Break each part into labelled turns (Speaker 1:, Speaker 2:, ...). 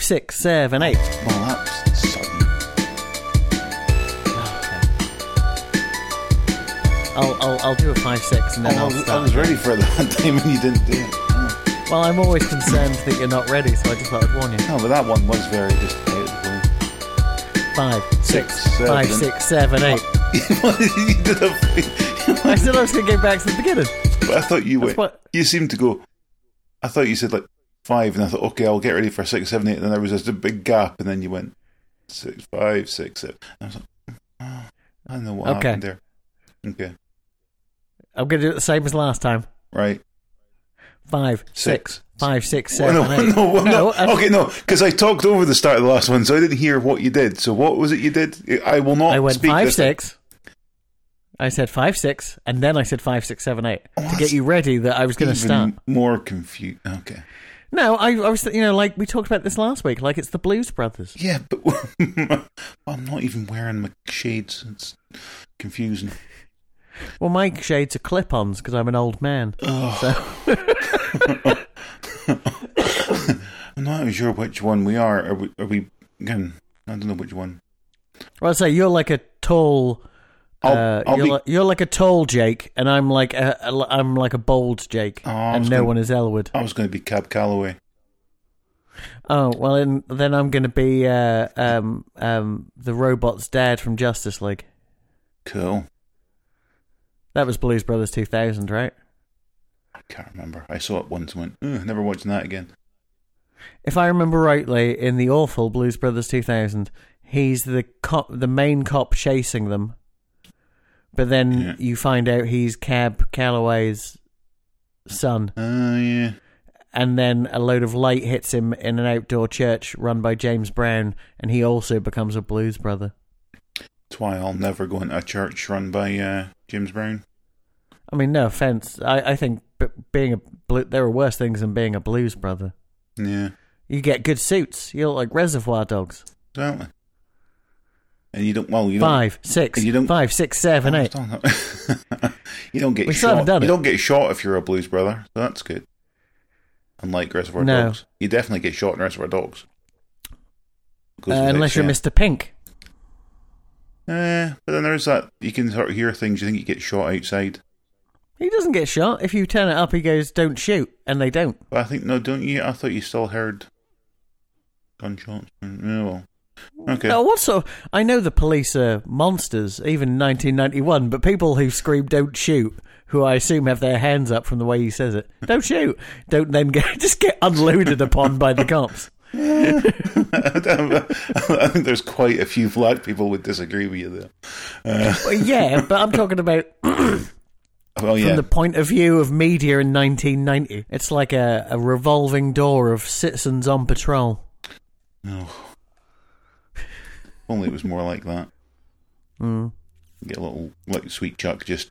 Speaker 1: six, seven, eight.
Speaker 2: Well, that's sudden.
Speaker 1: I'll, I'll, I'll do a five, six, and then
Speaker 2: I
Speaker 1: I'll
Speaker 2: was,
Speaker 1: start.
Speaker 2: I was ready for that time and you didn't do it. Oh.
Speaker 1: Well, I'm always concerned that you're not ready, so I just thought I'd warn you.
Speaker 2: No, but that one was very just out of
Speaker 1: Five, six,
Speaker 2: Six, seven.
Speaker 1: five, six, seven, eight.
Speaker 2: the blue. you did a.
Speaker 1: I said I was going to go back to the beginning.
Speaker 2: But I thought you went.
Speaker 1: what-
Speaker 2: You seemed to go. I thought you said like five, and I thought okay, I'll get ready for six, seven, eight. And then there was just a big gap, and then you went six, five, six, seven. And I was like, oh, I don't know what
Speaker 1: Okay.
Speaker 2: happened there. Okay,
Speaker 1: I'm going to do it the same as last time.
Speaker 2: right.
Speaker 1: Five, six,
Speaker 2: Six.
Speaker 1: five, six,
Speaker 2: Oh,
Speaker 1: seven,
Speaker 2: no,
Speaker 1: eight.
Speaker 2: no, well, no.
Speaker 1: I-
Speaker 2: okay, no, because I talked over the start of the last one, so I didn't hear what you did. So what was it you did? I will not.
Speaker 1: I went
Speaker 2: speak
Speaker 1: five
Speaker 2: this-
Speaker 1: six. I said five six, and then I said five six seven eight to get
Speaker 2: that's
Speaker 1: you ready that I was going to
Speaker 2: even
Speaker 1: start.
Speaker 2: More confused. Okay.
Speaker 1: No, I, I was, you know, like we talked about this last week. Like it's the Blues Brothers.
Speaker 2: Yeah, but I'm not even wearing my shades. It's confusing.
Speaker 1: Well, my shades are clip-ons because I'm an old man.
Speaker 2: I'm not even sure which one we are. Are we? Are we? Again, I don't know which one.
Speaker 1: Well, I say you're like a tall.
Speaker 2: I'll,
Speaker 1: uh,
Speaker 2: I'll
Speaker 1: you're,
Speaker 2: be.
Speaker 1: like, you're like a tall Jake, and I'm like a, a, I'm like a bold Jake,
Speaker 2: Oh, I
Speaker 1: and
Speaker 2: was
Speaker 1: no
Speaker 2: gonna- Oh.
Speaker 1: one is Elwood.
Speaker 2: I was going to be Cab Calloway.
Speaker 1: Oh well, then, then I'm going to be uh, um, um, the robot's dad from Justice League.
Speaker 2: Cool.
Speaker 1: That was Blues Brothers 2000, right?
Speaker 2: I can't remember. I saw it once and went, Ugh, never watching that again.
Speaker 1: If I remember rightly, in the awful Blues Brothers 2000, he's the cop, the main cop chasing them. But then
Speaker 2: Yeah.
Speaker 1: you find out he's Cab Calloway's son,
Speaker 2: Oh yeah.
Speaker 1: and then a load of light hits him in an outdoor church run by James Brown, and he also becomes a Blues Brother.
Speaker 2: That's why I'll never go into a church run by uh, James Brown.
Speaker 1: I mean, no offense, I, I think b- being a blue, there are worse things than being a Blues Brother.
Speaker 2: Yeah,
Speaker 1: You get good suits. You look like Reservoir Dogs.
Speaker 2: exactly. And you don't. Well, you don't.
Speaker 1: Five, six,
Speaker 2: you don't-
Speaker 1: five, six, seven, eight.
Speaker 2: you don't get
Speaker 1: We still haven't
Speaker 2: shot.
Speaker 1: done
Speaker 2: you
Speaker 1: it.
Speaker 2: don't get shot if you're a blues brother. So that's good. Unlike Reservoir
Speaker 1: No.
Speaker 2: Dogs, you definitely get shot in Reservoir Dogs.
Speaker 1: Uh,
Speaker 2: Goes without
Speaker 1: unless you're
Speaker 2: saying.
Speaker 1: Mr. Pink.
Speaker 2: Eh, but then there's that. You can sort of hear things. You think you get shot outside,
Speaker 1: He doesn't get shot. If you turn it up, he goes, don't shoot. And they don't.
Speaker 2: but I think no, don't you? I thought you still heard gunshots. Mm, yeah, well, okay.
Speaker 1: Now, what sort of- I know the police are monsters, even in 1991, but people who scream, don't shoot, who I assume have their hands up from the way he says it, don't shoot, don't then get, just get unloaded upon by the cops.
Speaker 2: I think there's quite a few black people would disagree with you there.
Speaker 1: Well, yeah, but I'm talking about
Speaker 2: Well, yeah,
Speaker 1: from the point of view of media in 1990. It's like a, a revolving door of citizens on patrol.
Speaker 2: If only it was more like that.
Speaker 1: Mm.
Speaker 2: Get a little like sweet Chuck just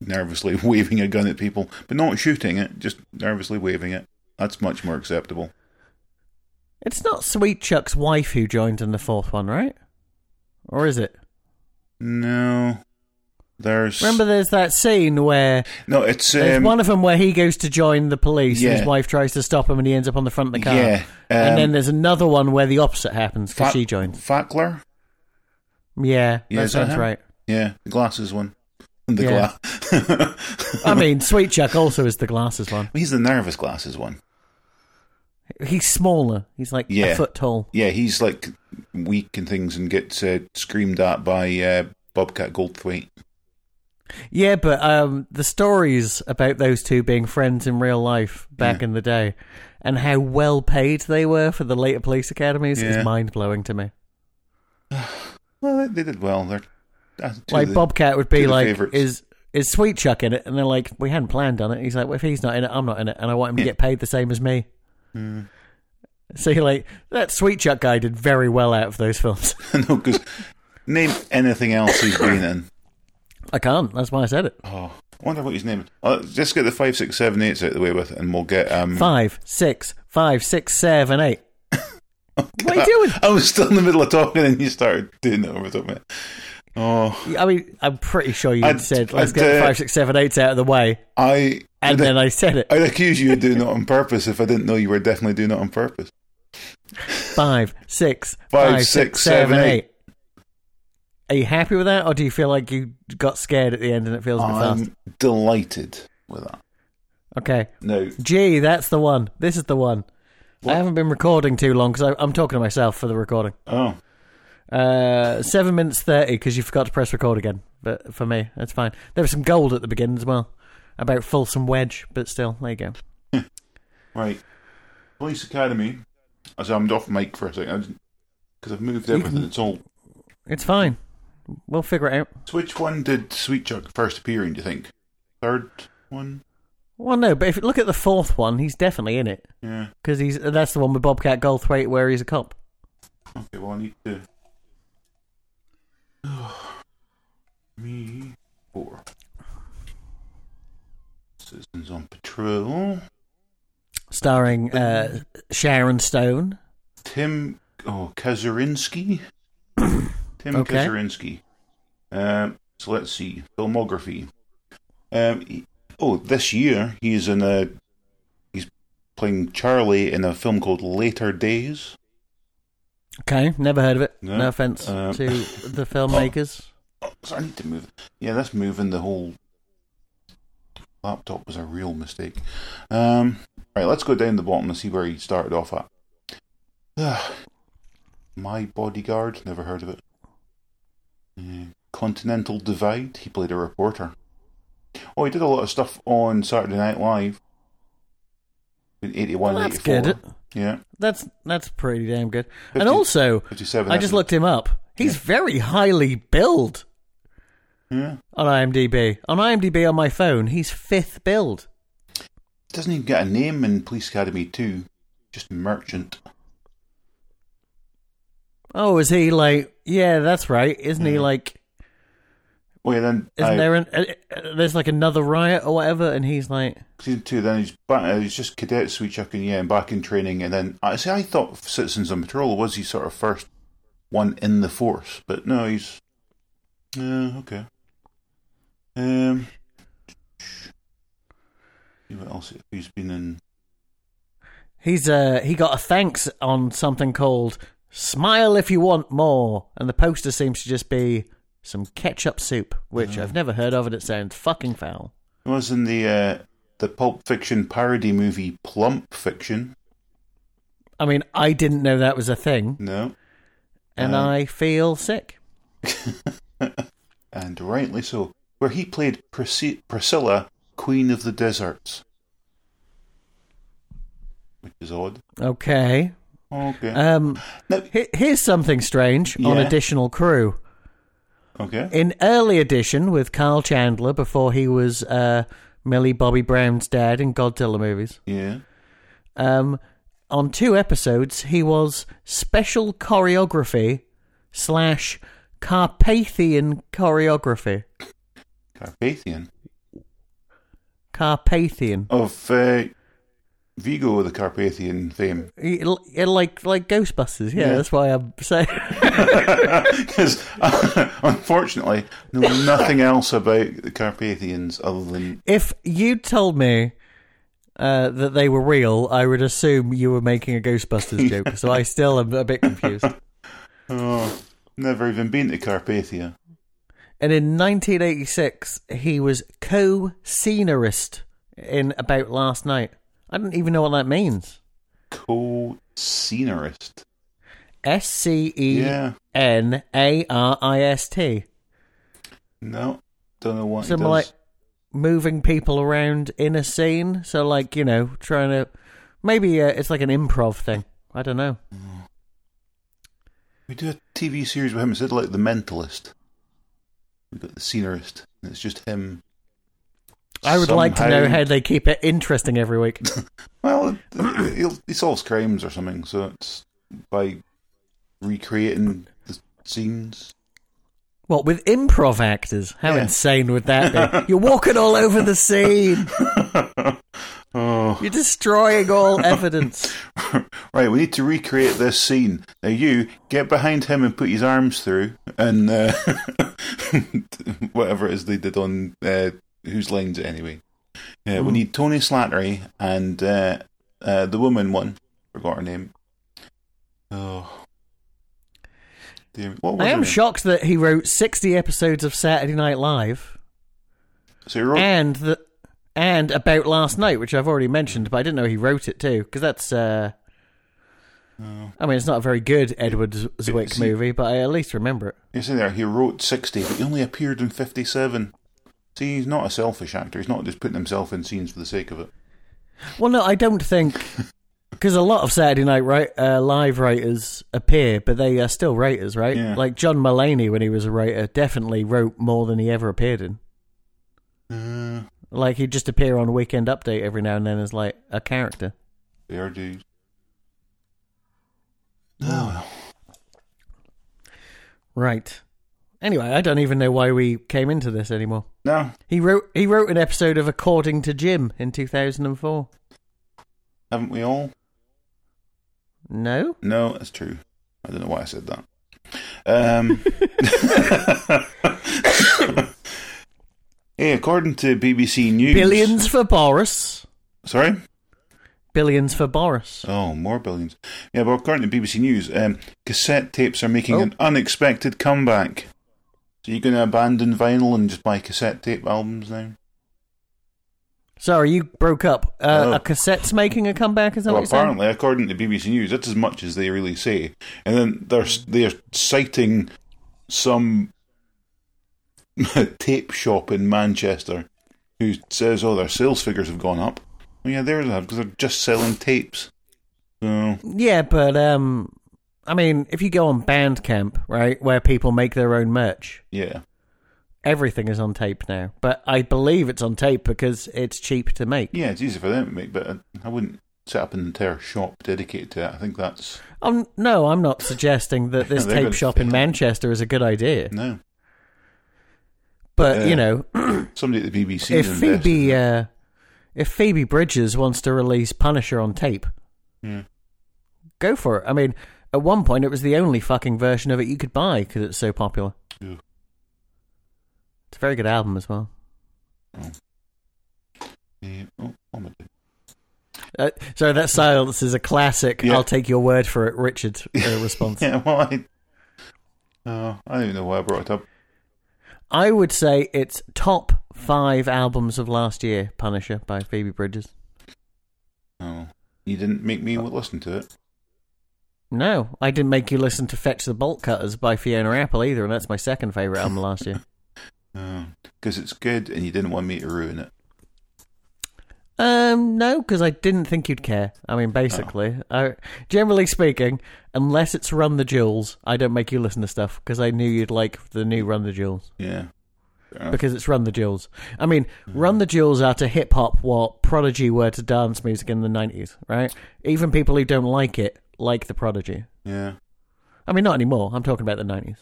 Speaker 2: nervously waving a gun at people, but not shooting it, just nervously waving it. That's much more acceptable.
Speaker 1: It's not Sweet Chuck's wife who joined in the fourth one, right? Or is it?
Speaker 2: No, there's
Speaker 1: Remember, there's that scene where
Speaker 2: no. It's
Speaker 1: there's
Speaker 2: um,
Speaker 1: one of them where he goes to join the police. and
Speaker 2: Yeah.
Speaker 1: His wife tries to stop him, and he ends up on the front of the car.
Speaker 2: Yeah, um,
Speaker 1: and then there's another one where the opposite happens because
Speaker 2: Fa-
Speaker 1: she joins.
Speaker 2: Fackler.
Speaker 1: Yeah,
Speaker 2: Yeah,
Speaker 1: that
Speaker 2: is that
Speaker 1: sounds
Speaker 2: him?
Speaker 1: right.
Speaker 2: Yeah, the glasses one. The
Speaker 1: Yeah.
Speaker 2: glass.
Speaker 1: I mean, Sweet Chuck also is the glasses one.
Speaker 2: He's the nervous glasses one.
Speaker 1: He's smaller. He's like
Speaker 2: Yeah.
Speaker 1: a foot tall.
Speaker 2: Yeah, he's like weak and things and gets uh, screamed at by uh, Bobcat Goldthwait.
Speaker 1: Yeah, but um, the stories about those two being friends in real life back in the day and how well paid they were for the later police academies
Speaker 2: Yeah.
Speaker 1: is mind blowing to me.
Speaker 2: Well, they, they did well. They're uh, two
Speaker 1: like
Speaker 2: of the-
Speaker 1: Bobcat would be
Speaker 2: two of the
Speaker 1: like,
Speaker 2: favourites.
Speaker 1: "Is is Sweet Chuck in it?" And they're like, "We hadn't planned on it." He's like, "Well, if he's not in it, I'm not in it, and I want him to
Speaker 2: Yeah. Mm.
Speaker 1: get paid the same as me." So you're like, that Sweet Chuck guy did very well out of those films.
Speaker 2: no, because name anything else he's been in.
Speaker 1: I can't. That's why I said it.
Speaker 2: Oh, I wonder what his name. Is. Oh, just get the five, six, seven, eights out of the way with, it and we'll get um.
Speaker 1: Five, six, five, six, seven, eight.
Speaker 2: Oh,
Speaker 1: what are you doing?
Speaker 2: I was still in the middle of talking, and you started doing it over top of me. Oh,
Speaker 1: I mean, I'm pretty sure you
Speaker 2: I'd-
Speaker 1: said, let's
Speaker 2: I'd,
Speaker 1: get
Speaker 2: uh,
Speaker 1: five, six, seven, eight out of the way.
Speaker 2: I
Speaker 1: And
Speaker 2: I'd,
Speaker 1: then I said it.
Speaker 2: I'd accuse you of doing it on purpose if I didn't know you were definitely doing it on purpose.
Speaker 1: Five, six,
Speaker 2: Five,
Speaker 1: five,
Speaker 2: six,
Speaker 1: six, seven,
Speaker 2: seven,
Speaker 1: eight. Are you happy with that, or do you feel like you got scared at the end and it feels a bit fast?
Speaker 2: I'm delighted with that.
Speaker 1: Okay.
Speaker 2: No,
Speaker 1: Gee, that's the one. This is the one. I haven't been recording too long because I'm talking to myself for the recording.
Speaker 2: oh,
Speaker 1: Uh, seven minutes thirty because you forgot to press record again. But for me, that's fine. There was some gold at the beginning as well about Folsom Wedge, but still, there you go.
Speaker 2: right. Police Academy. So I'm off mic for a second because I've moved everything. It's all.
Speaker 1: It's fine. We'll figure it out.
Speaker 2: So which one did Sweet Chuck first appear in? Do you think? Third one.
Speaker 1: Well, no, but if you look at the fourth one, he's definitely in it
Speaker 2: Yeah.
Speaker 1: because he's that's the one with Bobcat Goldthwait where he's a cop.
Speaker 2: Okay. Well, I need to. Me four. Citizens on patrol.
Speaker 1: starring uh, Sharon Stone.
Speaker 2: Tim oh Kazurinski. Tim
Speaker 1: Okay.
Speaker 2: Kazurinski. Um, so let's see filmography. Um, he- oh, this year he's in a he's playing Charlie in a film called Later Days.
Speaker 1: Okay, never heard of it.
Speaker 2: No,
Speaker 1: No, offense
Speaker 2: um,
Speaker 1: to the filmmakers.
Speaker 2: Oh, so I need to move. Yeah, that's moving the whole laptop was a real mistake. Um, right, let's go down the bottom and see where he started off at. My bodyguard, never heard of it. Yeah, Continental Divide, he played a reporter. Oh, he did a lot of stuff on Saturday Night Live. In 81,
Speaker 1: Well, that's
Speaker 2: 84.
Speaker 1: good.
Speaker 2: Yeah,
Speaker 1: That's that's pretty damn good. And
Speaker 2: Fifty-
Speaker 1: also,
Speaker 2: 57.
Speaker 1: I just
Speaker 2: isn't it?
Speaker 1: looked him up. He's very highly billed
Speaker 2: Yeah.
Speaker 1: on IMDb. On IMDb on my phone, he's fifth billed.
Speaker 2: Doesn't even get a name in Police Academy 2, just Merchant.
Speaker 1: Oh, is he like? Yeah, that's right. Isn't he like?
Speaker 2: Oh, yeah, then.
Speaker 1: Isn't
Speaker 2: I-
Speaker 1: there an? Uh, uh, there's like another riot or whatever, and he's like,
Speaker 2: Season two, then he's back. uh, He's just cadet, sweet chuck, and yeah, and back in training. And then I see. I thought Citizens on Patrol was his sort of first one in the force, but no, he's yeah, okay. Um, see what else he's been in?
Speaker 1: He's uh he got a thanks on something called "Smile if you want more," and the poster seems to just be some ketchup soup, which
Speaker 2: Mm.
Speaker 1: I've never heard of, and it sounds fucking foul.
Speaker 2: He was in the uh, the Pulp Fiction parody movie Plump Fiction.
Speaker 1: I mean, I didn't know that was a thing,
Speaker 2: No,
Speaker 1: and
Speaker 2: Um.
Speaker 1: I feel sick.
Speaker 2: and rightly so, where he played Pris- Priscilla, Queen of the Deserts, which is odd.
Speaker 1: Okay.
Speaker 2: Okay.
Speaker 1: Um.
Speaker 2: No.
Speaker 1: he- here's something strange on
Speaker 2: Yeah.
Speaker 1: additional crew.
Speaker 2: Okay.
Speaker 1: In early edition with Carl Chandler before he was uh, Millie Bobby Brown's dad in Godzilla movies.
Speaker 2: Yeah.
Speaker 1: um, on two episodes, he was special choreography slash Carpathian choreography.
Speaker 2: Carpathian.
Speaker 1: Carpathian,
Speaker 2: Of uh, Vigo, the Carpathian fame.
Speaker 1: It- it- like like Ghostbusters. Yeah,
Speaker 2: Yeah.
Speaker 1: that's why I'm saying.
Speaker 2: Because, unfortunately, know nothing else about the Carpathians other than.
Speaker 1: if you told me uh, that they were real, I would assume you were making a Ghostbusters joke. So I still am a bit confused.
Speaker 2: Oh, never even been to Carpathia.
Speaker 1: And in 1986, he was co-scenarist in About Last Night. I don't even know what that means.
Speaker 2: Co scenarist.
Speaker 1: S C E
Speaker 2: Yeah.
Speaker 1: N A R I S T.
Speaker 2: No. Don't know what he
Speaker 1: Some
Speaker 2: does.
Speaker 1: like moving people around in a scene. So like you know, trying to maybe uh, it's like an improv thing. I don't know.
Speaker 2: We do a TV series with him instead of like The Mentalist. We've got The Scenarist. And it's just him.
Speaker 1: I would like to know
Speaker 2: somehow-
Speaker 1: how they keep it interesting every week.
Speaker 2: Well, he'll, he solves crimes or something, so it's by recreating the scenes.
Speaker 1: what with improv actors? How
Speaker 2: Yeah.
Speaker 1: insane would that be? You're walking all over the scene.
Speaker 2: Oh,
Speaker 1: You're destroying all evidence.
Speaker 2: right. We need to recreate this scene. Now, you get behind him and put his arms through, and uh, whatever it is they did on uh, whose lines it anyway. Uh,
Speaker 1: Hmm.
Speaker 2: We need Tony Slattery and uh, uh, the woman one. Forgot her name. Oh. Damn. What was
Speaker 1: I am
Speaker 2: it?
Speaker 1: shocked that he wrote 60 episodes of Saturday Night Live
Speaker 2: So he wrote,
Speaker 1: and the and about last night, which I've already mentioned, but I didn't know he wrote it too because that's. Uh, I mean, it's not a very good Edward Z- Zwick
Speaker 2: see-
Speaker 1: movie, but I at least remember it.
Speaker 2: you see there, he wrote 60, but he only appeared in 57. See, he's not a selfish actor. He's not just putting himself in scenes for the sake of it.
Speaker 1: Well, no, I don't think because a lot of Saturday Night right, uh, Live writers appear, but they are still writers, right?
Speaker 2: Yeah.
Speaker 1: Like John Mulaney, when he was a writer, definitely wrote more than he ever appeared in.
Speaker 2: Uh,
Speaker 1: Like he'd just appear on Weekend Update every now and then as like a character.
Speaker 2: they are dudes. Oh,
Speaker 1: Right. Anyway, I don't even know why we came into this anymore.
Speaker 2: well. No,
Speaker 1: He wrote he wrote an episode of According to Jim in 2004.
Speaker 2: haven't we all?
Speaker 1: No?
Speaker 2: No, that's true. I don't know why I said that. Um, hey, according to BBC News.
Speaker 1: Billions for Boris.
Speaker 2: Sorry?
Speaker 1: Billions for Boris.
Speaker 2: Oh, more billions. Yeah, but according to BBC News, um, cassette tapes are making
Speaker 1: Oh.
Speaker 2: an unexpected comeback. So you're going to abandon vinyl and just buy cassette tape albums now?
Speaker 1: Sorry, you broke up. Uh,
Speaker 2: Oh.
Speaker 1: A cassette's making a comeback, is that
Speaker 2: Well,
Speaker 1: what you're saying?
Speaker 2: apparently, according to BBC News, that's as much as they really say. And then they're they're citing some tape shop in Manchester who says, "Oh, their sales figures have gone up." Well, yeah, theirs have because they're just selling tapes. So
Speaker 1: Yeah, but um, I mean, if you go on Bandcamp, right, where people make their own merch,
Speaker 2: yeah,
Speaker 1: everything is on tape now. But I believe it's on tape because it's cheap to make.
Speaker 2: yeah, it's easy for them to make, but I, I wouldn't set up an entire shop dedicated to it. I think that's
Speaker 1: Um, no, I'm not suggesting that this
Speaker 2: They're
Speaker 1: tape
Speaker 2: gonna
Speaker 1: shop in
Speaker 2: fail.
Speaker 1: Manchester is a good idea.
Speaker 2: no
Speaker 1: But
Speaker 2: Yeah.
Speaker 1: you know,
Speaker 2: somebody at the BBC.
Speaker 1: if Phoebe, uh, if Phoebe Bridges wants to release Punisher on tape,
Speaker 2: Yeah.
Speaker 1: go for it. I mean, at one point it was the only fucking version of it you could buy because it's so popular.
Speaker 2: Yeah.
Speaker 1: It's a very good album as well.
Speaker 2: yeah. oh, what am I doing?
Speaker 1: Uh, so that silence is a classic.
Speaker 2: Yeah.
Speaker 1: I'll take your word for it, Richard. Uh, response.
Speaker 2: yeah, well, I, oh, I don't even know why I brought it up.
Speaker 1: I would say it's top five albums of last year. Punisher by Phoebe Bridges.
Speaker 2: Oh, you didn't make
Speaker 1: Oh.
Speaker 2: me listen to it.
Speaker 1: No, I didn't make you listen to "Fetch the Bolt Cutters" by Fiona Apple either, and that's my second favorite album last year.
Speaker 2: Because it's good and you didn't want me to ruin it.
Speaker 1: Um, no, because I didn't think you'd care. I mean, basically, I, generally speaking, unless it's Run the Jewels, I don't make you listen to stuff because I knew you'd like the new Run the Jewels
Speaker 2: Yeah. Yeah.
Speaker 1: because it's Run the Jewels. I mean, Run the Jewels are to hip hop what Prodigy were to dance music in the nineties, right? Even people who don't like it like the Prodigy.
Speaker 2: Yeah.
Speaker 1: I mean, not anymore. I'm talking about the 90s.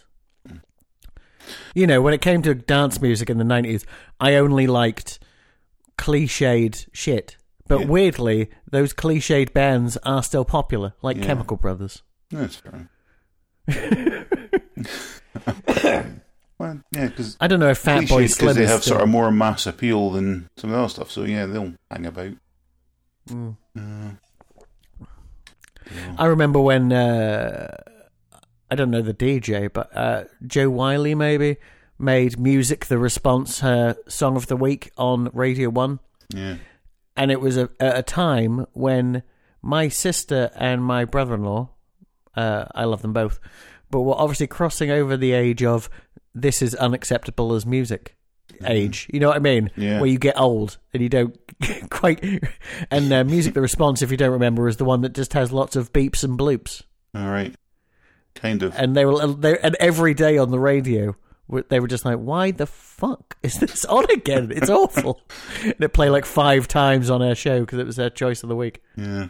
Speaker 1: You know, when it came to dance music in the 90s, I only liked cliched shit. But
Speaker 2: Yeah.
Speaker 1: weirdly, those cliched bands are still popular, like
Speaker 2: Yeah.
Speaker 1: Chemical Brothers.
Speaker 2: That's fair. well, yeah, because
Speaker 1: I don't know if Fat Boy Slim
Speaker 2: they
Speaker 1: is
Speaker 2: have
Speaker 1: still...
Speaker 2: sort of more mass appeal than some of the other stuff. So yeah, they'll hang about.
Speaker 1: Mm.
Speaker 2: Uh,
Speaker 1: I remember when uh, I don't know the DJ, but uh, Joe Wiley maybe made "Music the Response" her song of the week on Radio One.
Speaker 2: yeah.
Speaker 1: and it was a, at a time when my sister and my brother-in-law, uh, I love them both, but were obviously crossing over the age of this is unacceptable as music age. You know what I mean?
Speaker 2: Yeah.
Speaker 1: Where you get old and you don't quite. And uh, music, the response, if you don't remember, is the one that just has lots of beeps and bloops,
Speaker 2: All right. Kind of.
Speaker 1: and they were they, and every day on the radio. w- They were just like, "Why the fuck is this on again? It's awful." and it played like five times on our show because it was their choice of the week.
Speaker 2: Yeah.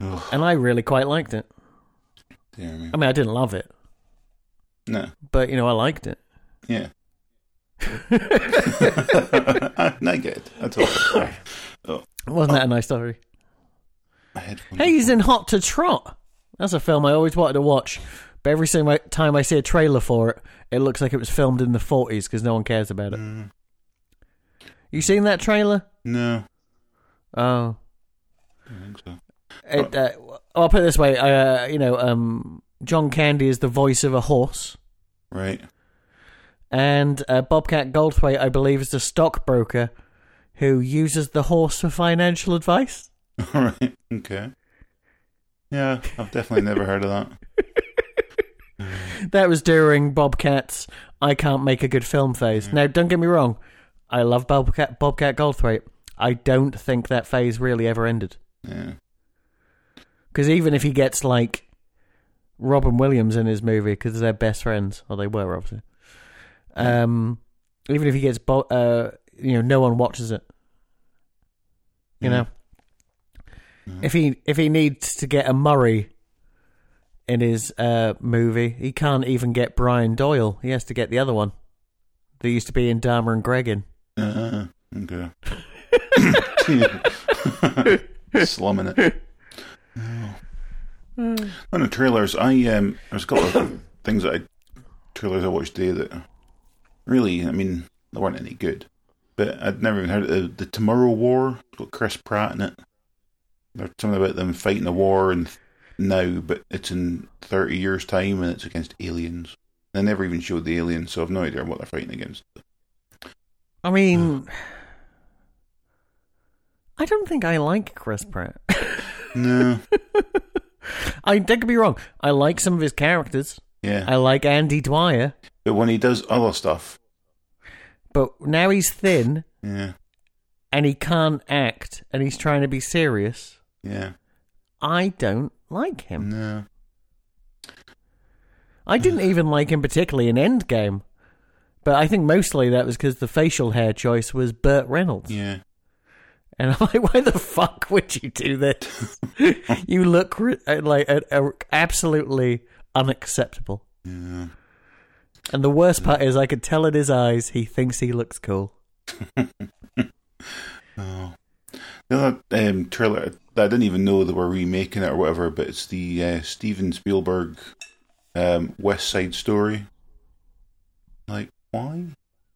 Speaker 2: Oh,
Speaker 1: and I really quite liked it.
Speaker 2: dear me.
Speaker 1: I mean, I didn't love it,
Speaker 2: No.
Speaker 1: but you know, I liked it.
Speaker 2: Yeah. I get it. That's all. Oh,
Speaker 1: Wasn't that a nice story?
Speaker 2: my headphones.
Speaker 1: Hey, he's in Hot to Trot. That's a film I always wanted to watch, but every single time I see a trailer for it, it looks like it was filmed in the forties because no one cares about it.
Speaker 2: Mm,
Speaker 1: You seen that trailer?
Speaker 2: no.
Speaker 1: Oh,
Speaker 2: I don't think so.
Speaker 1: it, uh, I'll put it this way. Uh, you know, um, John Candy is the voice of a horse,
Speaker 2: Right.
Speaker 1: and uh, Bobcat Goldthwait, I believe, is the stockbroker who uses the horse for financial advice.
Speaker 2: All right. Okay. Yeah, I've definitely never heard of that.
Speaker 1: That was during Bobcat's "I can't make a good film" phase. Now, don't get me wrong. I love Bobcat Bobcat Goldthwait. I don't think that phase really ever ended.
Speaker 2: Yeah.
Speaker 1: Because even if he gets like Robin Williams in his movie, because they're best friends, or they were obviously. Um, even if he gets, bo- uh, you know, no one watches it. You know, if he if he needs to get a Murray in his uh, movie, he can't even get Brian Doyle. He has to get the other one. They used to be in Dharma and Greg in.
Speaker 2: Uh, okay. Slumming it. Oh. On the trailers, I um, there's a couple of things that I trailers I watched today that really, I mean, they weren't any good. But I'd never even heard of the, the Tomorrow War. It's got Chris Pratt in it. There's something about them fighting a war and now, but it's in 30 years' time and it's against aliens. They never even showed the aliens, so I've no idea what they're fighting against.
Speaker 1: I mean, I don't think I like Chris Pratt.
Speaker 2: No,
Speaker 1: I don't get me wrong. I like some of his characters.
Speaker 2: yeah.
Speaker 1: I like Andy Dwyer,
Speaker 2: But when he does other stuff,
Speaker 1: but now he's thin
Speaker 2: yeah,
Speaker 1: and he can't act and he's trying to be serious.
Speaker 2: yeah,
Speaker 1: I don't like him.
Speaker 2: no,
Speaker 1: I didn't even like him particularly in Endgame, but I think mostly that was because the facial hair choice was Burt Reynolds.
Speaker 2: yeah,
Speaker 1: And I'm like, why the fuck would you do that? you look re- uh, like uh, uh, absolutely unacceptable.
Speaker 2: yeah.
Speaker 1: And the worst part is, I could tell in his eyes he thinks he looks cool.
Speaker 2: Oh. The other um, trailer that I didn't even know they were remaking it or whatever, but it's the uh, Steven Spielberg um, West Side Story. Like, why?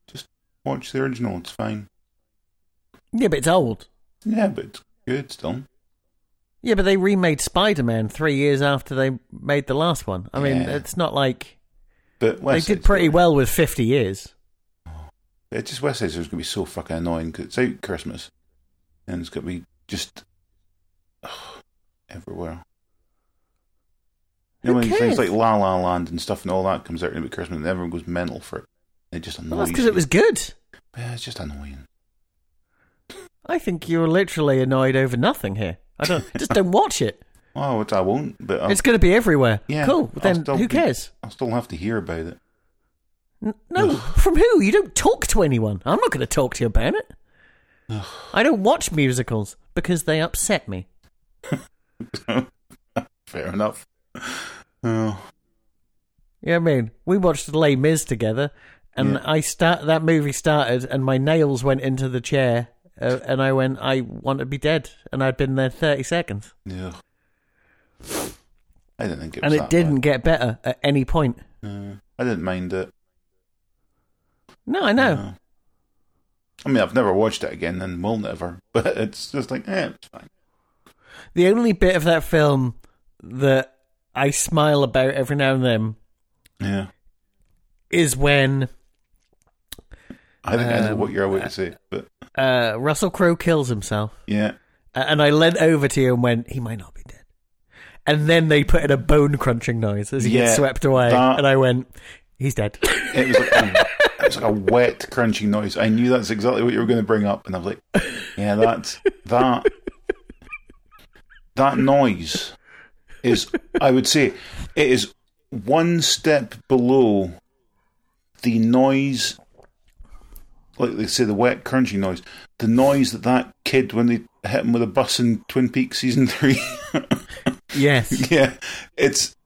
Speaker 2: Just watch the original, it's fine.
Speaker 1: Yeah, but it's old.
Speaker 2: Yeah, but it's good still.
Speaker 1: Yeah, but they remade Spider Man three years after they made the last one. I mean,
Speaker 2: Yeah.
Speaker 1: it's not like
Speaker 2: But West
Speaker 1: they
Speaker 2: Side
Speaker 1: did pretty
Speaker 2: Story-
Speaker 1: well with fifty years.
Speaker 2: It's just West Side Story's going to be so fucking annoying 'cause it's out Christmas and it's going to be just ugh, everywhere. You know,
Speaker 1: Who
Speaker 2: when things
Speaker 1: cares?
Speaker 2: like La La Land and stuff and all that comes out and it'll be Christmas and everyone goes mental for it. It just annoys
Speaker 1: Well, that's because it
Speaker 2: you.
Speaker 1: was good.
Speaker 2: Yeah, it's just annoying.
Speaker 1: I think you were literally annoyed over nothing here. I don't just don't watch it.
Speaker 2: Oh, which I won't, but I'll,
Speaker 1: it's going to be everywhere.
Speaker 2: yeah,
Speaker 1: cool.
Speaker 2: I'll
Speaker 1: Then
Speaker 2: still
Speaker 1: who
Speaker 2: be-
Speaker 1: cares?
Speaker 2: I'll still have to hear about it.
Speaker 1: N- No, from who? You don't talk to anyone. I'm not going to talk to you about it. I don't watch musicals because they upset me.
Speaker 2: Fair enough. Oh,
Speaker 1: You know what I mean? We watched Les Mis together, and I start that movie started, and my nails went into the chair, uh, and I went, I want to be dead, and I'd been there thirty seconds,
Speaker 2: yeah. I didn't think it was
Speaker 1: and it
Speaker 2: that
Speaker 1: didn't get better at any point.
Speaker 2: bad. No, I didn't mind it.
Speaker 1: No, I know.
Speaker 2: No. I mean, I've never watched it again and will never, but it's just like, eh, it's fine.
Speaker 1: The only bit of that film that I smile about every now and then
Speaker 2: Yeah.
Speaker 1: is when
Speaker 2: I think I know what you're about to say, but
Speaker 1: uh, Russell Crowe kills himself,
Speaker 2: yeah.
Speaker 1: A- and I leant over to you and went, "He might not be dead." And then they put in a bone crunching noise as he
Speaker 2: Yeah,
Speaker 1: gets swept away,
Speaker 2: that-
Speaker 1: and I went, "He's dead."
Speaker 2: It was, like a, it was like a wet, crunching noise. I knew that's exactly what you were going to bring up, and I was like, yeah, that's that. That noise is, I would say, it is one step below the noise, like they say, the wet, crunching noise. The noise that that kid when they hit him with a bus in Twin Peaks season three.
Speaker 1: yes,
Speaker 2: yeah, it's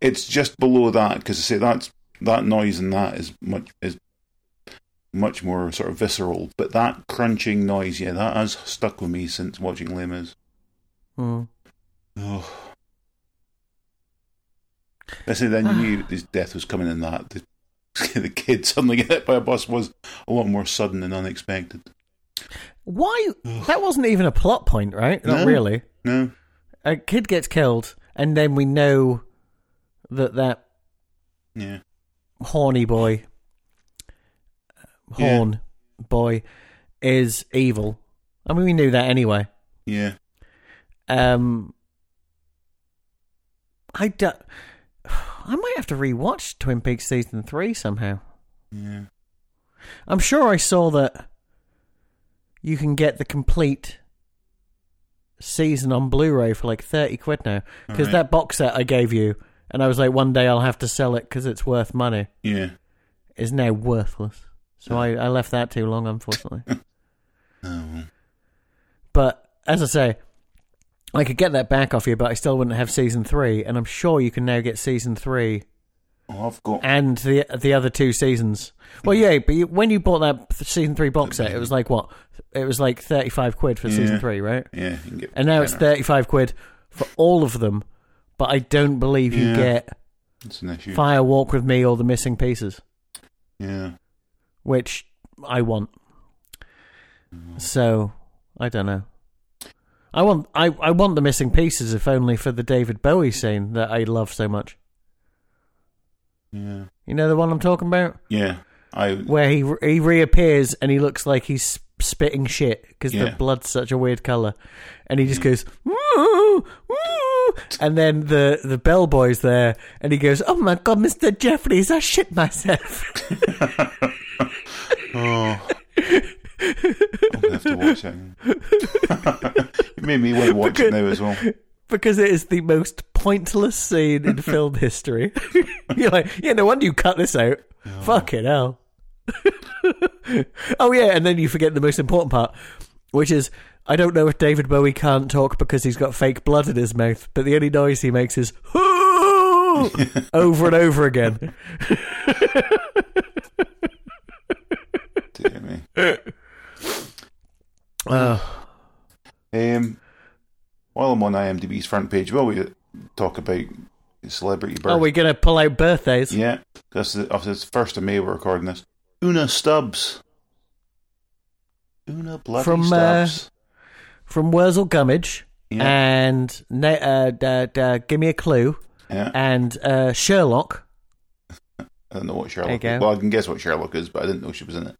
Speaker 2: it's just below that because I say that's that noise and that is much is much more sort of visceral. But that crunching noise, yeah, that has stuck with me since watching Lemas.
Speaker 1: Mm.
Speaker 2: Oh. I say then you knew his death was coming in that the, the kid suddenly get hit by a bus was a lot more sudden and unexpected.
Speaker 1: why? That wasn't even a plot point, right? Not
Speaker 2: No.
Speaker 1: really.
Speaker 2: No,
Speaker 1: a kid gets killed, and then we know that that
Speaker 2: Yeah.
Speaker 1: horny boy, horn boy, is evil. I mean, we knew that anyway.
Speaker 2: Yeah.
Speaker 1: Um, I do, I might have to rewatch Twin Peaks season three somehow.
Speaker 2: Yeah.
Speaker 1: I'm sure I saw that you can get the complete season on Blu-ray for like thirty quid now because
Speaker 2: Alright.
Speaker 1: that box set I gave you, and I was like, one day I'll have to sell it because it's worth money.
Speaker 2: Yeah.
Speaker 1: Is now worthless. So I, I left that too long, unfortunately.
Speaker 2: Oh, well.
Speaker 1: But as I say, I could get that back off you, but I still wouldn't have season three. And I'm sure you can now get season three
Speaker 2: Oh, I've got.
Speaker 1: and the the other two seasons. Well, yeah, but you, when you bought that th- season three box set, it was like what? It was like thirty five quid for season
Speaker 2: Yeah.
Speaker 1: three, right?
Speaker 2: Yeah. you can get
Speaker 1: And now it's
Speaker 2: better.
Speaker 1: thirty five quid for all of them. But I don't believe you
Speaker 2: Yeah.
Speaker 1: get
Speaker 2: It's an issue.
Speaker 1: Fire Walk with Me or the missing pieces,
Speaker 2: Yeah.
Speaker 1: which I want. So I don't know. I want I, I want the missing pieces if only for the David Bowie scene that I love so much.
Speaker 2: Yeah.
Speaker 1: You know the one I'm talking about?
Speaker 2: Yeah. I.
Speaker 1: where he he reappears and he looks like he's sp- spitting shit because the
Speaker 2: Yeah.
Speaker 1: blood's such a weird color, and he just goes "Woo, woo," and then the the bellboy's there and he goes, "Oh my god, Mister Jeffries, I shit myself."
Speaker 2: Oh. I'm gonna have to watch it. it made me want to watch it now as well.
Speaker 1: Because it is the most pointless scene in film history. You're like, yeah, no wonder you cut this out. Fucking hell. oh, yeah, and then you forget the most important part, which is I don't know if David Bowie can't talk because he's got fake blood in his mouth, but the only noise he makes is over and over again.
Speaker 2: Dear me.
Speaker 1: Oh,
Speaker 2: Um, while I'm on IMDb's front page, will we talk about celebrity birthdays?
Speaker 1: are we going to Oh, pull out birthdays?
Speaker 2: Yeah, that's the, after the first of May we're recording this. Una Stubbs. Una bloody
Speaker 1: From, uh,
Speaker 2: Stubbs.
Speaker 1: From Wurzel Gummidge
Speaker 2: Yeah.
Speaker 1: and Na- uh, da, da, Give Me a Clue
Speaker 2: yeah,
Speaker 1: and uh, Sherlock.
Speaker 2: I don't know what Sherlock.
Speaker 1: There you
Speaker 2: Is.
Speaker 1: go.
Speaker 2: Well, I can guess what Sherlock is, but I didn't know she was in it.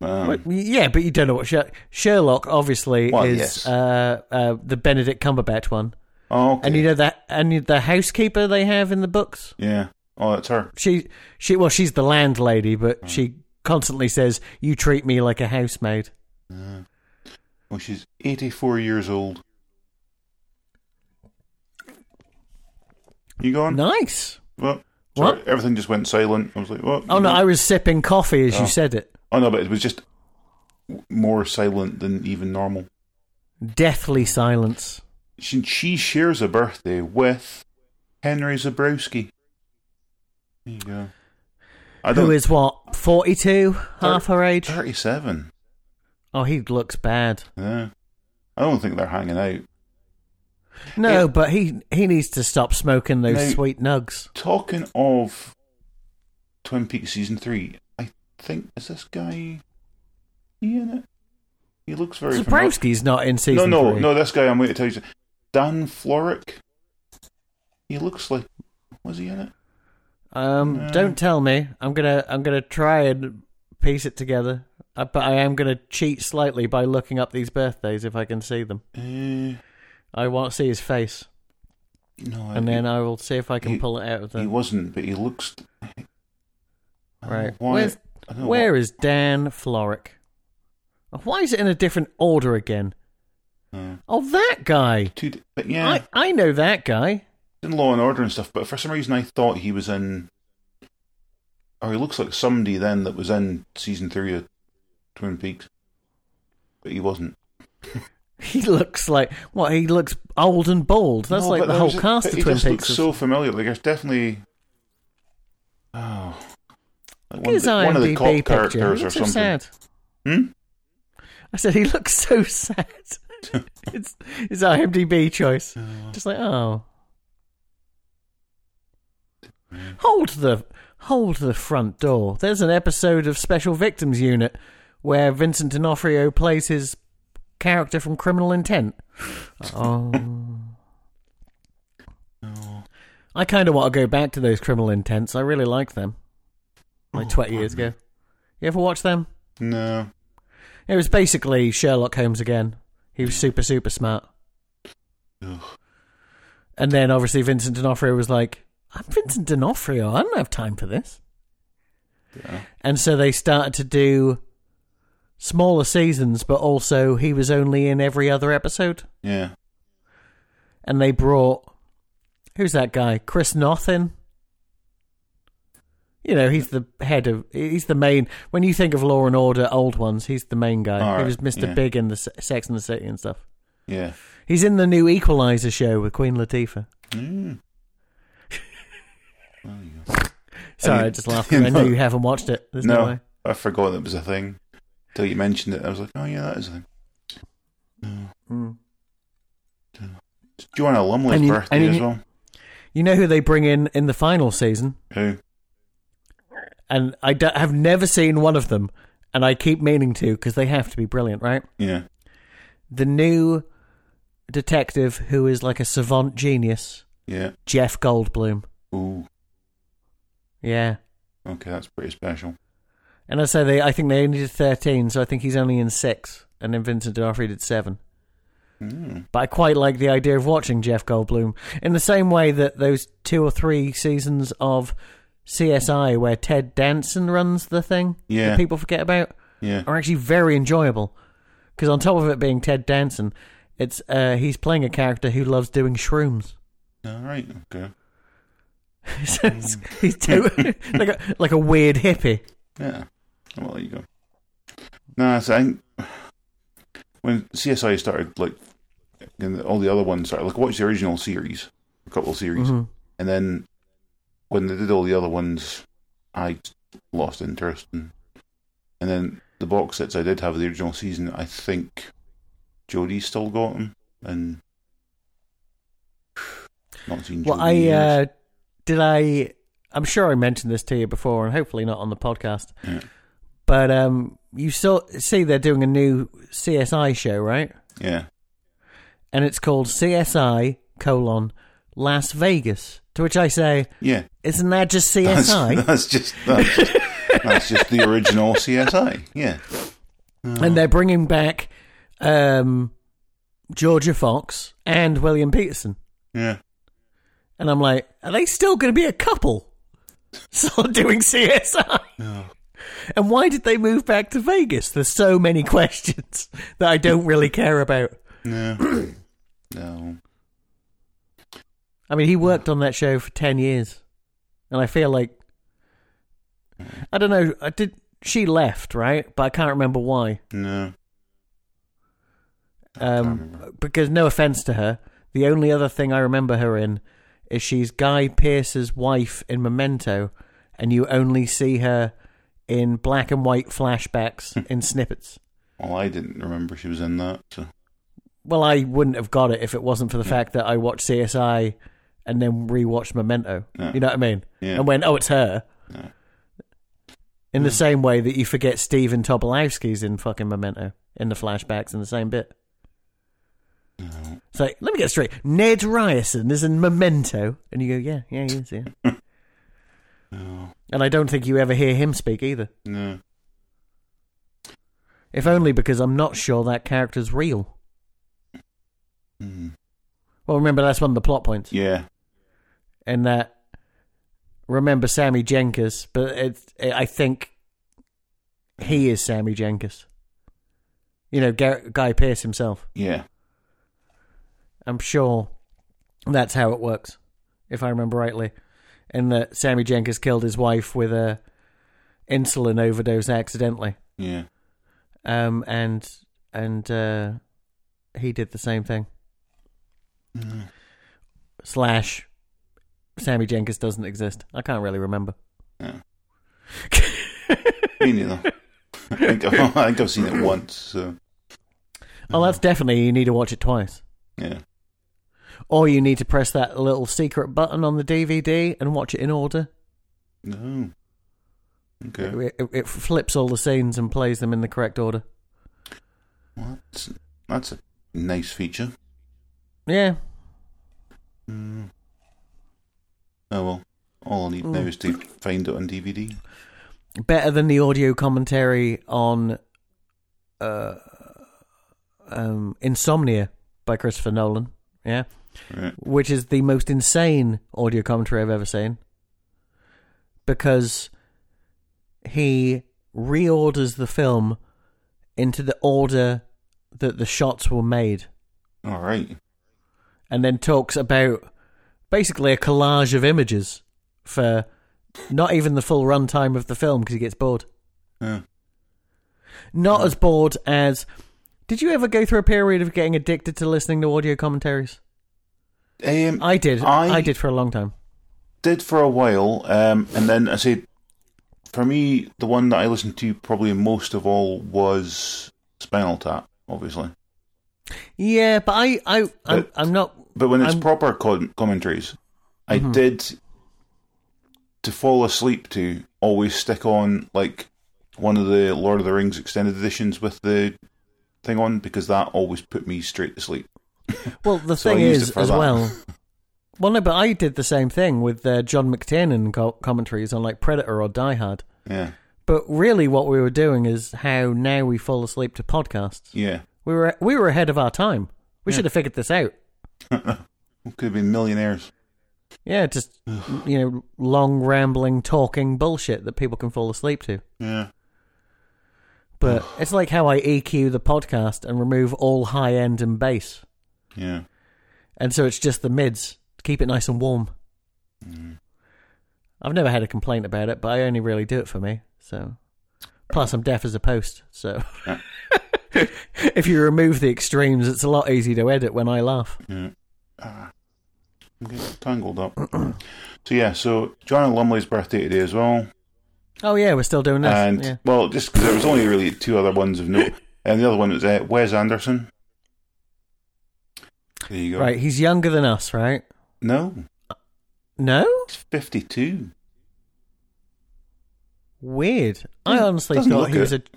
Speaker 2: Um,
Speaker 1: Well, yeah, but you don't know what Sher- Sherlock obviously
Speaker 2: Well,
Speaker 1: is
Speaker 2: yes.
Speaker 1: uh, uh, the Benedict Cumberbatch one,
Speaker 2: oh, okay.
Speaker 1: and you know that and you- the housekeeper they have in the books.
Speaker 2: yeah. Oh, it's her.
Speaker 1: She she well she's the landlady,
Speaker 2: Mm.
Speaker 1: but she constantly says you treat me like a housemaid.
Speaker 2: Well, she's 84 years old. You gone?
Speaker 1: Nice.
Speaker 2: Well,
Speaker 1: What?
Speaker 2: sorry, Everything just went silent. I was like, what?
Speaker 1: Oh no, I was sipping coffee as you said it.
Speaker 2: Oh no, but it was just more silent than even normal.
Speaker 1: Deathly silence.
Speaker 2: She, she shares a birthday with Henry Zabrowski. There you go. I don't.
Speaker 1: Who is what? Forty two, half her age.
Speaker 2: thirty-seven?
Speaker 1: Oh, he looks bad.
Speaker 2: Yeah. I don't think they're hanging out.
Speaker 1: No,
Speaker 2: Yeah.
Speaker 1: but he he needs to stop smoking those
Speaker 2: No.
Speaker 1: sweet nugs.
Speaker 2: Talking of Twin Peaks season three, I think is this guy he in it? He looks very familiar.
Speaker 1: Zabrowski's not in season
Speaker 2: no, no,
Speaker 1: three.
Speaker 2: no. This guy I'm waiting to tell you, Dan Florek. He looks like was he in it?
Speaker 1: Um,
Speaker 2: No.
Speaker 1: don't tell me. I'm gonna I'm gonna try and piece it together, Uh, but I am gonna cheat slightly by looking up these birthdays if I can see them.
Speaker 2: Uh,
Speaker 1: I won't see his face,
Speaker 2: no,
Speaker 1: and then I will see if I can
Speaker 2: he-
Speaker 1: pull it out of
Speaker 2: He
Speaker 1: the
Speaker 2: wasn't, but he looks. I don't know
Speaker 1: right.
Speaker 2: why-
Speaker 1: Where's
Speaker 2: I don't know
Speaker 1: where is Dan Florrick? Why is it in a different order again?
Speaker 2: why- uh,
Speaker 1: Oh, that guy.
Speaker 2: two di- but yeah,
Speaker 1: I I know that guy.
Speaker 2: in Law and Order and stuff. But for some reason, I thought he was in, or he looks like somebody then that was in season three of Twin Peaks, but he wasn't.
Speaker 1: He looks like what? He looks old and bald. That's
Speaker 2: No,
Speaker 1: like
Speaker 2: but
Speaker 1: the
Speaker 2: there
Speaker 1: whole
Speaker 2: was a-
Speaker 1: cast
Speaker 2: but
Speaker 1: of
Speaker 2: he
Speaker 1: Twin
Speaker 2: just
Speaker 1: Peaks.
Speaker 2: looks
Speaker 1: is-
Speaker 2: so familiar. Like there's definitely, oh, like one, of
Speaker 1: His
Speaker 2: the, one of
Speaker 1: IMDb
Speaker 2: the cop
Speaker 1: picture.
Speaker 2: characters
Speaker 1: He
Speaker 2: or
Speaker 1: looks
Speaker 2: something.
Speaker 1: So sad.
Speaker 2: Hmm?
Speaker 1: I said he looks so sad. it's his IMDb choice. Just like oh, hold the hold the front door. There's an episode of Special Victims Unit where Vincent D'Onofrio plays his character from Criminal Intent. Oh, I kind of want to go back to those criminal intents. I really like them. Like
Speaker 2: Oh,
Speaker 1: 20 years
Speaker 2: pardon
Speaker 1: ago. You ever watch them?
Speaker 2: No.
Speaker 1: It was basically Sherlock Holmes again. He was super, super smart.
Speaker 2: Ugh.
Speaker 1: And then obviously Vincent D'Onofrio was like, I'm Vincent D'Onofrio. I don't have time for this.
Speaker 2: Yeah.
Speaker 1: And so they started to do smaller seasons, but also he was only in every other episode.
Speaker 2: Yeah.
Speaker 1: And they brought. Who's that guy? Chris Noth in? You know, he's the head of. He's the main. When you think of Law and Order, old ones, he's the main guy.
Speaker 2: All
Speaker 1: he
Speaker 2: right,
Speaker 1: was Mr.
Speaker 2: yeah.
Speaker 1: Big in the Se- Sex and the City and stuff.
Speaker 2: Yeah.
Speaker 1: He's in the new Equalizer show with Queen Latifah.
Speaker 2: Mm.
Speaker 1: Sorry,
Speaker 2: you-
Speaker 1: I just laughed. 'cause I know you haven't watched it. There's no,
Speaker 2: no,
Speaker 1: way.
Speaker 2: I forgot that was a thing. Till you mentioned it, I was like, oh yeah, that is a thing. No.
Speaker 1: Mm.
Speaker 2: It's Joanna Lumley's
Speaker 1: And you-
Speaker 2: birthday
Speaker 1: and you-
Speaker 2: as well.
Speaker 1: You know who they bring in in the final season?
Speaker 2: Who?
Speaker 1: And I d- have never seen one of them. And I keep meaning to because they have to be brilliant, right?
Speaker 2: Yeah.
Speaker 1: The new detective who is like a savant genius,
Speaker 2: Yeah.
Speaker 1: Jeff Goldblum.
Speaker 2: Ooh.
Speaker 1: Yeah.
Speaker 2: Okay, that's pretty special.
Speaker 1: And I say they, I think they only did 13, so I think he's only in six. And then Vincent D'Onofrio did seven.
Speaker 2: Mm.
Speaker 1: But I quite like the idea of watching Jeff Goldblum in the same way that those two or three seasons of CSI where Ted Danson runs the thing
Speaker 2: Yeah.
Speaker 1: that people forget about
Speaker 2: Yeah.
Speaker 1: are actually very enjoyable. Because on top of it being Ted Danson, it's uh, he's playing a character who loves doing shrooms.
Speaker 2: All right. Okay.
Speaker 1: so it's- he's do- like a, like a weird hippie.
Speaker 2: Yeah. Well, there you go. Nah, so I think when CSI started, like, and all the other ones started, like, I watched the original series, a couple of series,
Speaker 1: Mhm.
Speaker 2: and then when they did all the other ones, I lost interest. And, and then the box sets I did have of the original season, I think Jodie's still got them, and not seen.
Speaker 1: Well,
Speaker 2: Jodie
Speaker 1: I
Speaker 2: in years.
Speaker 1: uh, did I. I'm sure I mentioned this to you before, and hopefully not on the podcast.
Speaker 2: Yeah.
Speaker 1: But um, you saw see they're doing a new CSI show, right?
Speaker 2: yeah,
Speaker 1: And it's called CSI colon Las Vegas. To which I say,
Speaker 2: yeah.
Speaker 1: isn't that just
Speaker 2: That's,
Speaker 1: CSI?
Speaker 2: that's just that's just, that's just the original CSI. Yeah,
Speaker 1: and they're bringing back um, Georgia Fox and William Peterson.
Speaker 2: yeah.
Speaker 1: And I'm like, are they still going to be a couple? Still doing CSI? And why did they move back to Vegas? There's so many questions that I don't really care about.
Speaker 2: No, no.
Speaker 1: I mean, he worked on that show for 10 years. And I feel like. I don't know. I did. She left, right? But I can't remember why.
Speaker 2: No.
Speaker 1: Um, because, no offense to her, the only other thing I remember her in is she's Guy Pearce's wife in Memento, and you only see her in black and white flashbacks in snippets.
Speaker 2: Well, I didn't remember she was in that. So
Speaker 1: Well, I wouldn't have got it if it wasn't for the fact that I watched CSI and then rewatched Memento.
Speaker 2: Yeah.
Speaker 1: You know what I mean?
Speaker 2: Yeah.
Speaker 1: And went, oh, it's her.
Speaker 2: Yeah. Hmm.
Speaker 1: In the same way that you forget Steven Tobolowsky's in fucking Memento in the flashbacks in the same bit.
Speaker 2: no.
Speaker 1: It's like, let me get straight. Ned Ryerson is in Memento. And you go, yeah, yeah, he is, yeah.
Speaker 2: No.
Speaker 1: and I don't think you ever hear him speak either.
Speaker 2: No.
Speaker 1: If only because I'm not sure that character's real.
Speaker 2: Hmm.
Speaker 1: Well, remember, that's one of the plot points.
Speaker 2: Yeah.
Speaker 1: and that remember Sammy Jenkins, but it, it, I think he is Sammy Jenkins. You know, Gar- Guy Pearce himself.
Speaker 2: Yeah.
Speaker 1: I'm sure that's how it works, if I remember rightly. And that Sammy Jenkins killed his wife with a insulin overdose accidentally,
Speaker 2: Yeah.
Speaker 1: um, and and uh, he did the same thing.
Speaker 2: No.
Speaker 1: Slash, Sammy Jenkins doesn't exist. I can't really remember.
Speaker 2: no. Me neither. I think, I've, I think I've seen it once. So
Speaker 1: Oh, that's definitely you need to watch it twice,
Speaker 2: yeah.
Speaker 1: or you need to press that little secret button on the DVD and watch it in order.
Speaker 2: No. Okay.
Speaker 1: It, it- it flips all the scenes and plays them in the correct order.
Speaker 2: Well, that's, that's a nice feature.
Speaker 1: Yeah,
Speaker 2: Mm. Hmm. Oh well, all I need now is to find it on DVD.
Speaker 1: better than the audio commentary on uh, um, Insomnia by Christopher Nolan. Yeah,
Speaker 2: Right.
Speaker 1: which is the most insane audio commentary I've ever seen because he reorders the film into the order that the shots were made
Speaker 2: All right.
Speaker 1: and then talks about basically a collage of images for not even the full runtime of the film because he gets bored.
Speaker 2: Yeah.
Speaker 1: Not as bored as. Did you ever go through a period of getting addicted to listening to audio commentaries?
Speaker 2: Um,
Speaker 1: I did.
Speaker 2: I-
Speaker 1: I, did for a long time.
Speaker 2: did for a while, um, and then I say, for me, the one that I listened to probably most of all was Spinal Tap, obviously.
Speaker 1: Yeah, but I, I, I'm,
Speaker 2: But-
Speaker 1: I'm not.
Speaker 2: But when it's
Speaker 1: I'm- Mm-hmm.
Speaker 2: proper com- commentaries, I did to fall asleep to always stick on like one of the Lord of the Rings extended editions with the thing on because that always put me straight to sleep.
Speaker 1: Well, the
Speaker 2: So I
Speaker 1: thing
Speaker 2: used
Speaker 1: is,
Speaker 2: it for
Speaker 1: as
Speaker 2: that.
Speaker 1: well. Well, no, but I did the same thing with uh, John McTiernan co- commentaries on like Predator or Die Hard.
Speaker 2: Yeah,
Speaker 1: But really, what we were doing is how now we fall asleep to podcasts.
Speaker 2: yeah.
Speaker 1: We were we were ahead of our time. We
Speaker 2: Yeah.
Speaker 1: should have figured this out.
Speaker 2: We could have been millionaires.
Speaker 1: Yeah, just you know, long rambling talking bullshit that people can fall asleep to.
Speaker 2: Yeah,
Speaker 1: But it's like how I EQ the podcast and remove all high end and bass,
Speaker 2: yeah.
Speaker 1: and so it's just the mids to keep it nice and warm. I've never had a complaint about it, but I only really do it for me. So, plus I'm deaf as a post, so. If you remove the extremes, it's a lot easier to edit when I laugh.
Speaker 2: I'm getting tangled up. so yeah, so John and Lumley's birthday today as well.
Speaker 1: Oh yeah, we're still doing this.
Speaker 2: and
Speaker 1: yeah.
Speaker 2: well, just 'cause there was only really two other ones of note, and the other one was uh, Wes Anderson. There you go.
Speaker 1: Right, he's younger than us, right?
Speaker 2: No,
Speaker 1: No?
Speaker 2: it's fifty-two.
Speaker 1: Weird. I
Speaker 2: Doesn't-
Speaker 1: honestly
Speaker 2: doesn't
Speaker 1: thought
Speaker 2: look
Speaker 1: he was a
Speaker 2: it.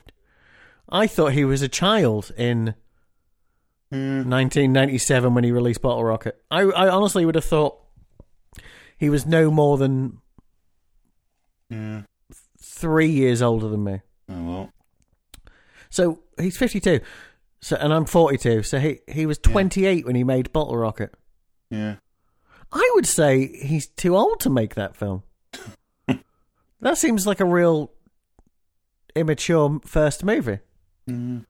Speaker 1: I thought he was a child in
Speaker 2: Mm,
Speaker 1: 1997 when he released Bottle Rocket. I I honestly would have thought he was no more than
Speaker 2: yeah.
Speaker 1: 3 years older than me.
Speaker 2: Oh well.
Speaker 1: So, he's 52. So and I'm 42. So he he was 28 when he made Bottle Rocket.
Speaker 2: Yeah.
Speaker 1: I would say he's too old to make that film. that seems like a real immature m- first movie,
Speaker 2: Mm,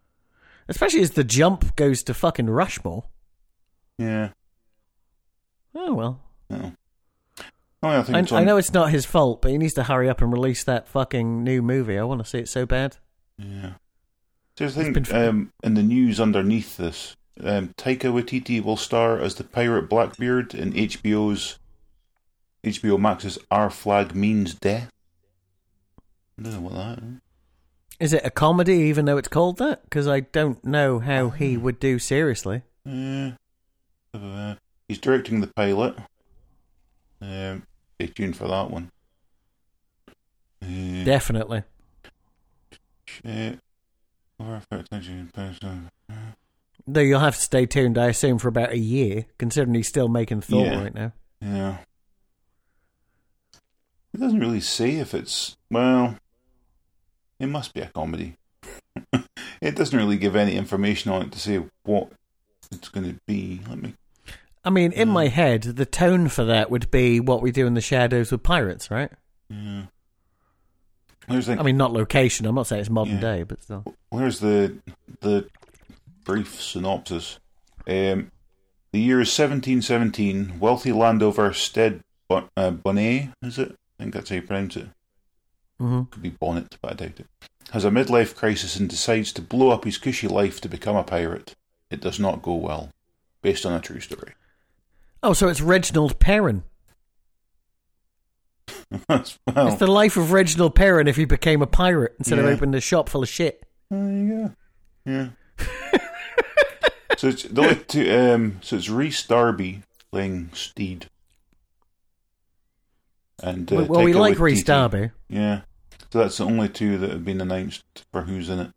Speaker 1: especially as the jump goes to fucking Rushmore.
Speaker 2: yeah.
Speaker 1: Oh well,
Speaker 2: Oh. Oh, yeah, I think
Speaker 1: I,
Speaker 2: it's
Speaker 1: I
Speaker 2: on-
Speaker 1: know it's not his fault, but he needs to hurry up and release that fucking new movie. I want to see it so bad.
Speaker 2: Yeah. There's a thing
Speaker 1: been-
Speaker 2: um, in the news underneath this. Um, Taika Waititi will star as the pirate Blackbeard in HBO's HBO Max's Our Flag Means Death. I don't know what that is.
Speaker 1: Is it a comedy, even though it's called that? Because I don't know how he would do seriously.
Speaker 2: Yeah. Uh, he's directing the pilot. Um, stay tuned for that one. Uh,
Speaker 1: Definitely.
Speaker 2: uh, over attention, person.
Speaker 1: Though you'll have to stay tuned, I assume, for about a year, considering he's still making Thor
Speaker 2: Yeah.
Speaker 1: right now.
Speaker 2: Yeah. It doesn't really say if it's well. It must be a comedy. it doesn't really give any information on it to say what it's going to be. Let me.
Speaker 1: I mean,
Speaker 2: Mm.
Speaker 1: in my head, the tone for that would be what we do in the shadows with pirates, right?
Speaker 2: Yeah. There's the,
Speaker 1: I mean, not location. I'm not saying it's modern
Speaker 2: Yeah.
Speaker 1: day, but still.
Speaker 2: Where's the the brief synopsis? Um, the year is 1717. Wealthy landowner Stead bon- uh, Bonnet, is it? I think that's how you pronounce it.
Speaker 1: hmm
Speaker 2: Could be Bonnet, but I doubt it. Has a midlife crisis and decides to blow up his cushy life to become a pirate. It does not go well, based on a true story.
Speaker 1: Oh, so it's Reginald Perrin.
Speaker 2: That's- well,
Speaker 1: It's the life of Reginald Perrin if he became a pirate instead
Speaker 2: Oh. Yeah.
Speaker 1: of opening a shop full of shit.
Speaker 2: There you go. Yeah. so it's the only two. Um, so it's Reese Darby playing Steed. And uh,
Speaker 1: Well, well, we
Speaker 2: Taika
Speaker 1: like Reese
Speaker 2: Waititi.
Speaker 1: Darby.
Speaker 2: Yeah. So that's the only two that have been announced for who's in it.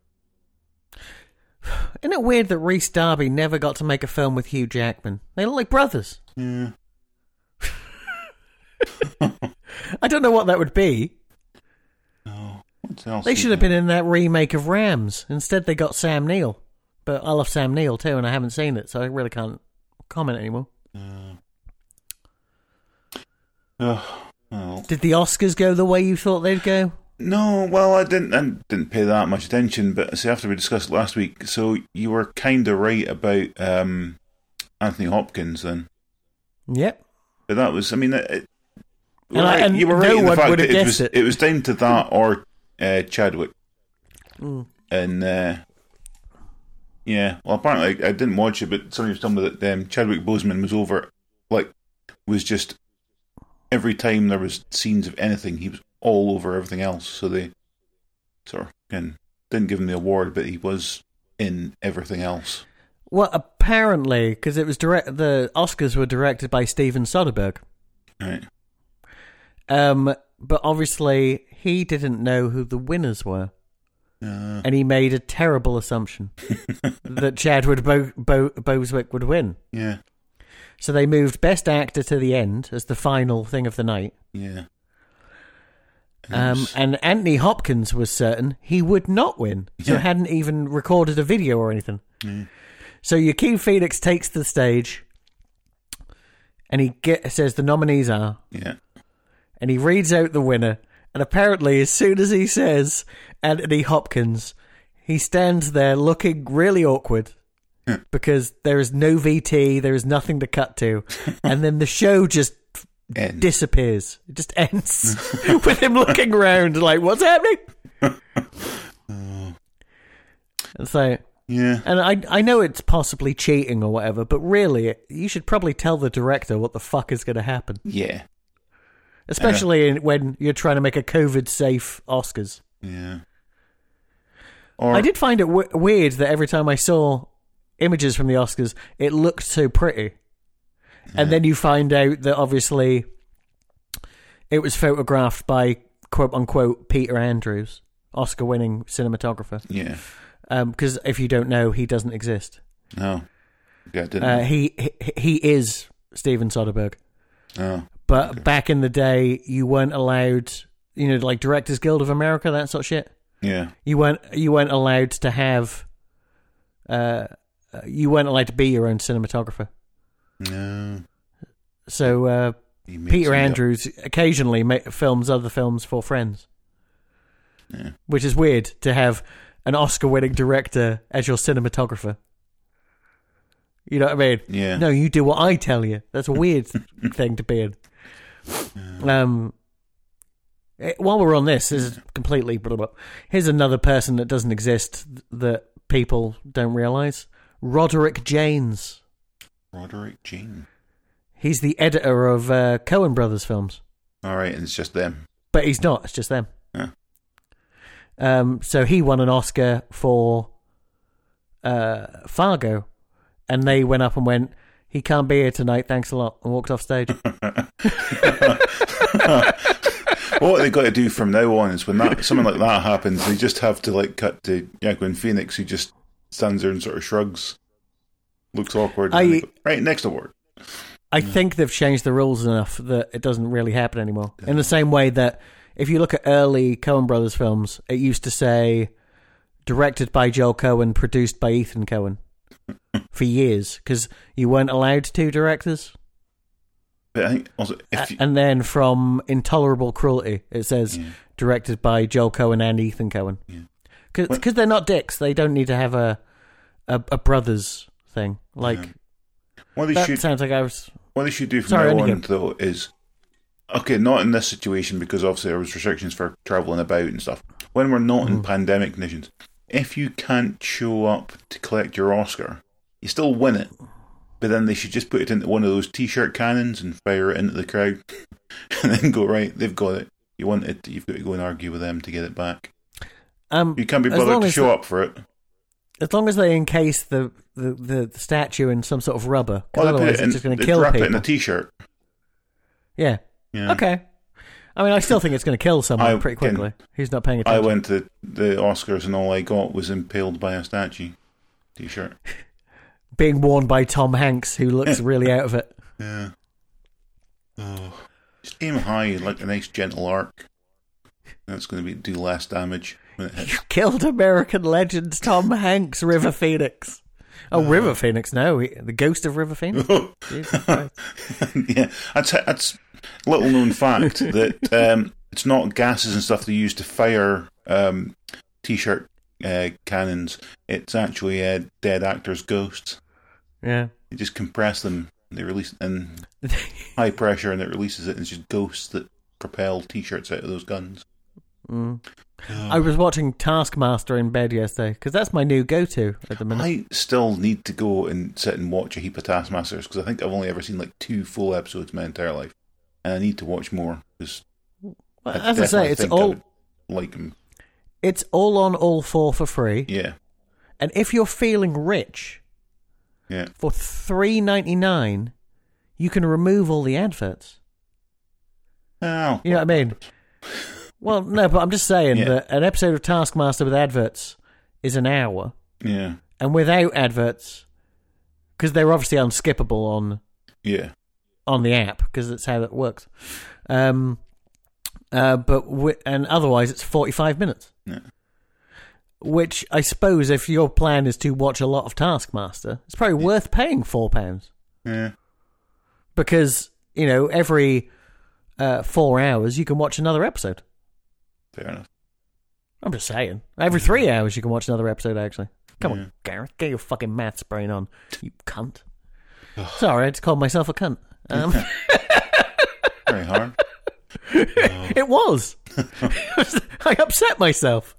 Speaker 1: Isn't it weird that Reese Darby never got to make a film with Hugh Jackman? They look like brothers.
Speaker 2: Yeah.
Speaker 1: I don't know what that would be.
Speaker 2: No. What else
Speaker 1: They
Speaker 2: is
Speaker 1: should have
Speaker 2: there?
Speaker 1: been in that remake of Rams. Instead, they got Sam Neill. But I love Sam Neill too, and I haven't seen it, so I really can't comment anymore.
Speaker 2: Ugh. Oh.
Speaker 1: Did the Oscars go the way you thought they'd go?
Speaker 2: No, well, I didn't. I didn't pay that much attention, but see, after we discussed last week, so you were kind of right about um, Anthony Hopkins then.
Speaker 1: Yep.
Speaker 2: But that was, I mean, it, it-
Speaker 1: And I- and
Speaker 2: you were
Speaker 1: no
Speaker 2: right in the
Speaker 1: one
Speaker 2: fact
Speaker 1: would have
Speaker 2: that it
Speaker 1: guessed
Speaker 2: was,
Speaker 1: it.
Speaker 2: it was down to that or uh, Chadwick.
Speaker 1: Mm.
Speaker 2: And uh, yeah, well, apparently I, I didn't watch it, but somebody was telling me that um, Chadwick Boseman was over, like, was just every time there was scenes of anything, he was all over everything else. So they sort of again, didn't give him the award, but he was in everything else.
Speaker 1: Well, apparently, because it was direct, the Oscars were directed by Steven Soderbergh.
Speaker 2: Right?
Speaker 1: Um, but obviously, he didn't know who the winners were,
Speaker 2: Uh,
Speaker 1: and he made a terrible assumption that Chadwick Bo- Bo- Bosewick would win.
Speaker 2: yeah,
Speaker 1: So they moved Best Actor to the end as the final thing of the night.
Speaker 2: yeah.
Speaker 1: Um,
Speaker 2: Oops.
Speaker 1: and Anthony Hopkins was certain he would not win, so
Speaker 2: Yeah.
Speaker 1: hadn't even recorded a video or anything. So Joaquin Phoenix takes the stage, and he get, says the nominees are,
Speaker 2: yeah.
Speaker 1: and he reads out the winner. And apparently, as soon as he says Anthony Hopkins, he stands there looking really awkward
Speaker 2: Yeah.
Speaker 1: because there is no VT, there is nothing to cut to, and then the show just
Speaker 2: End.
Speaker 1: disappears. It just ends with him looking around like, what's happening? And so,
Speaker 2: yeah.
Speaker 1: and I, I know it's possibly cheating or whatever, but really, you should probably tell the director what the fuck is going to happen,
Speaker 2: Yeah.
Speaker 1: especially in, when you're trying to make a COVID safe Oscars.
Speaker 2: Yeah. Or
Speaker 1: I did find it w- weird that every time I saw images from the Oscars, it looked so pretty. And then you find out that obviously it was photographed by quote unquote Peter Andrews, Oscar winning cinematographer.
Speaker 2: Yeah.
Speaker 1: Because if you don't know, he doesn't exist.
Speaker 2: No. Yeah, I didn't.
Speaker 1: Uh, he, he he is Steven Soderbergh.
Speaker 2: no.
Speaker 1: But back in the day, you weren't allowed, you know, like Directors Guild of America, that sort of shit.
Speaker 2: Yeah.
Speaker 1: you weren't you weren't allowed to have uh you weren't allowed to be your own cinematographer
Speaker 2: No.
Speaker 1: so uh
Speaker 2: He made
Speaker 1: peter
Speaker 2: something up.
Speaker 1: andrews occasionally ma- films other films for friends
Speaker 2: Yeah.
Speaker 1: which is weird to have an oscar winning director as your cinematographer you know what i mean
Speaker 2: Yeah.
Speaker 1: no you do what i tell you that's a weird thing to be in um eh, while we're on this, this is completely. Blah, blah. Here's another person that doesn't exist th- that people don't realize: Roderick Janes.
Speaker 2: Roderick Jean.
Speaker 1: He's the editor of uh, Cohen Brothers films,
Speaker 2: All right, and it's just them.
Speaker 1: but he's not. It's just them.
Speaker 2: Yeah.
Speaker 1: Um, so he won an Oscar for uh, Fargo, and they went up and went. He can't be here tonight. Thanks a lot, and walked off stage.
Speaker 2: What they got to do from now on is when that something like that happens, they just have to like cut to Jacqueline Phoenix, who just stands there and sort of shrugs, looks awkward. and
Speaker 1: I-
Speaker 2: they go, right, next award.
Speaker 1: I think they've changed the rules enough that it doesn't really happen anymore. In the same way that if you look at early Coen Brothers films, it used to say directed by Joel Cohen, produced by Ethan Cohen for years because you weren't allowed two directors.
Speaker 2: But I think also if you,
Speaker 1: Uh, and then from Intolerable Cruelty, it says directed by Joel Cohen and Ethan Cohen because
Speaker 2: Well-
Speaker 1: they're not dicks. They don't need to have a a, a brothers thing. Like
Speaker 2: what they
Speaker 1: that
Speaker 2: should
Speaker 1: sounds like I was
Speaker 2: What they should do from
Speaker 1: Sorry,
Speaker 2: now
Speaker 1: on you
Speaker 2: on, though, is okay, not in this situation because obviously there was restrictions for travelling about and stuff. When we're not
Speaker 1: Mm-hmm.
Speaker 2: in pandemic conditions, if you can't show up to collect your Oscar, you still win it. But then they should just put it into one of those T-shirt cannons and fire it into the crowd, and then go right. They've got it. You want it. You've got to go and argue with them to get it back.
Speaker 1: um.
Speaker 2: You can't be
Speaker 1: as
Speaker 2: bothered
Speaker 1: long
Speaker 2: to
Speaker 1: as
Speaker 2: show
Speaker 1: the-
Speaker 2: up for it.
Speaker 1: As long as they encase the, the, the, the statue in some sort of rubber, 'cause
Speaker 2: Well, they put
Speaker 1: otherwise
Speaker 2: it in,
Speaker 1: it's just going
Speaker 2: they
Speaker 1: to kill
Speaker 2: wrap
Speaker 1: people.
Speaker 2: it in a T-shirt.
Speaker 1: yeah.
Speaker 2: Yeah.
Speaker 1: Okay. I mean, I still think it's going to kill someone
Speaker 2: I
Speaker 1: pretty
Speaker 2: can-
Speaker 1: quickly who's not paying
Speaker 2: I
Speaker 1: attention.
Speaker 2: went to the Oscars and all I got was impaled by a statue T-shirt.
Speaker 1: Being worn by Tom Hanks, who looks really out of it.
Speaker 2: Yeah. Oh. Just aim high, like a nice gentle arc. That's going to be do less damage when it hits.
Speaker 1: Killed American legends Tom Hanks, River Phoenix. Oh,
Speaker 2: Uh.
Speaker 1: River Phoenix, no. he- The ghost of River Phoenix? Jesus Christ.
Speaker 2: yeah, that's that's little known fact that um, it's not gases and stuff they use to fire um, t-shirt uh, cannons. It's actually uh, dead actors' ghosts.
Speaker 1: Yeah.
Speaker 2: They just compress them. They release and high pressure, and it releases it, and it's just ghosts that propel t-shirts out of those guns.
Speaker 1: I was watching Taskmaster in bed yesterday because that's my new go to at the minute.
Speaker 2: I still need to go and sit and watch a heap of Taskmasters because I think I've only ever seen like two full episodes in my entire life, and I need to watch more because
Speaker 1: Well,
Speaker 2: I
Speaker 1: as I say,
Speaker 2: definitely
Speaker 1: it's
Speaker 2: think I
Speaker 1: all
Speaker 2: would like them.
Speaker 1: it's all on all four for free.
Speaker 2: Yeah,
Speaker 1: And if you're feeling rich
Speaker 2: yeah.
Speaker 1: for three ninety nine, you can remove all the adverts.
Speaker 2: Oh,
Speaker 1: You know what I mean? Well, no, but I'm just saying
Speaker 2: Yeah.
Speaker 1: that an episode of Taskmaster with adverts is an hour,
Speaker 2: yeah,
Speaker 1: and without adverts, because they're obviously unskippable on
Speaker 2: yeah.
Speaker 1: on the app because that's how that works. Um, uh, but wi- and otherwise, it's forty-five minutes.
Speaker 2: Yeah.
Speaker 1: Which I suppose, if your plan is to watch a lot of Taskmaster, it's probably worth paying four pounds
Speaker 2: Yeah,
Speaker 1: because you know every uh, four hours you can watch another episode.
Speaker 2: fair enough.
Speaker 1: I'm just saying, every three hours you can watch another episode. Actually, come
Speaker 2: Yeah.
Speaker 1: on, Gareth, get your fucking maths brain on, you cunt. Sorry, I had to call myself a cunt. Um,
Speaker 2: Very hard.
Speaker 1: It was. I upset myself.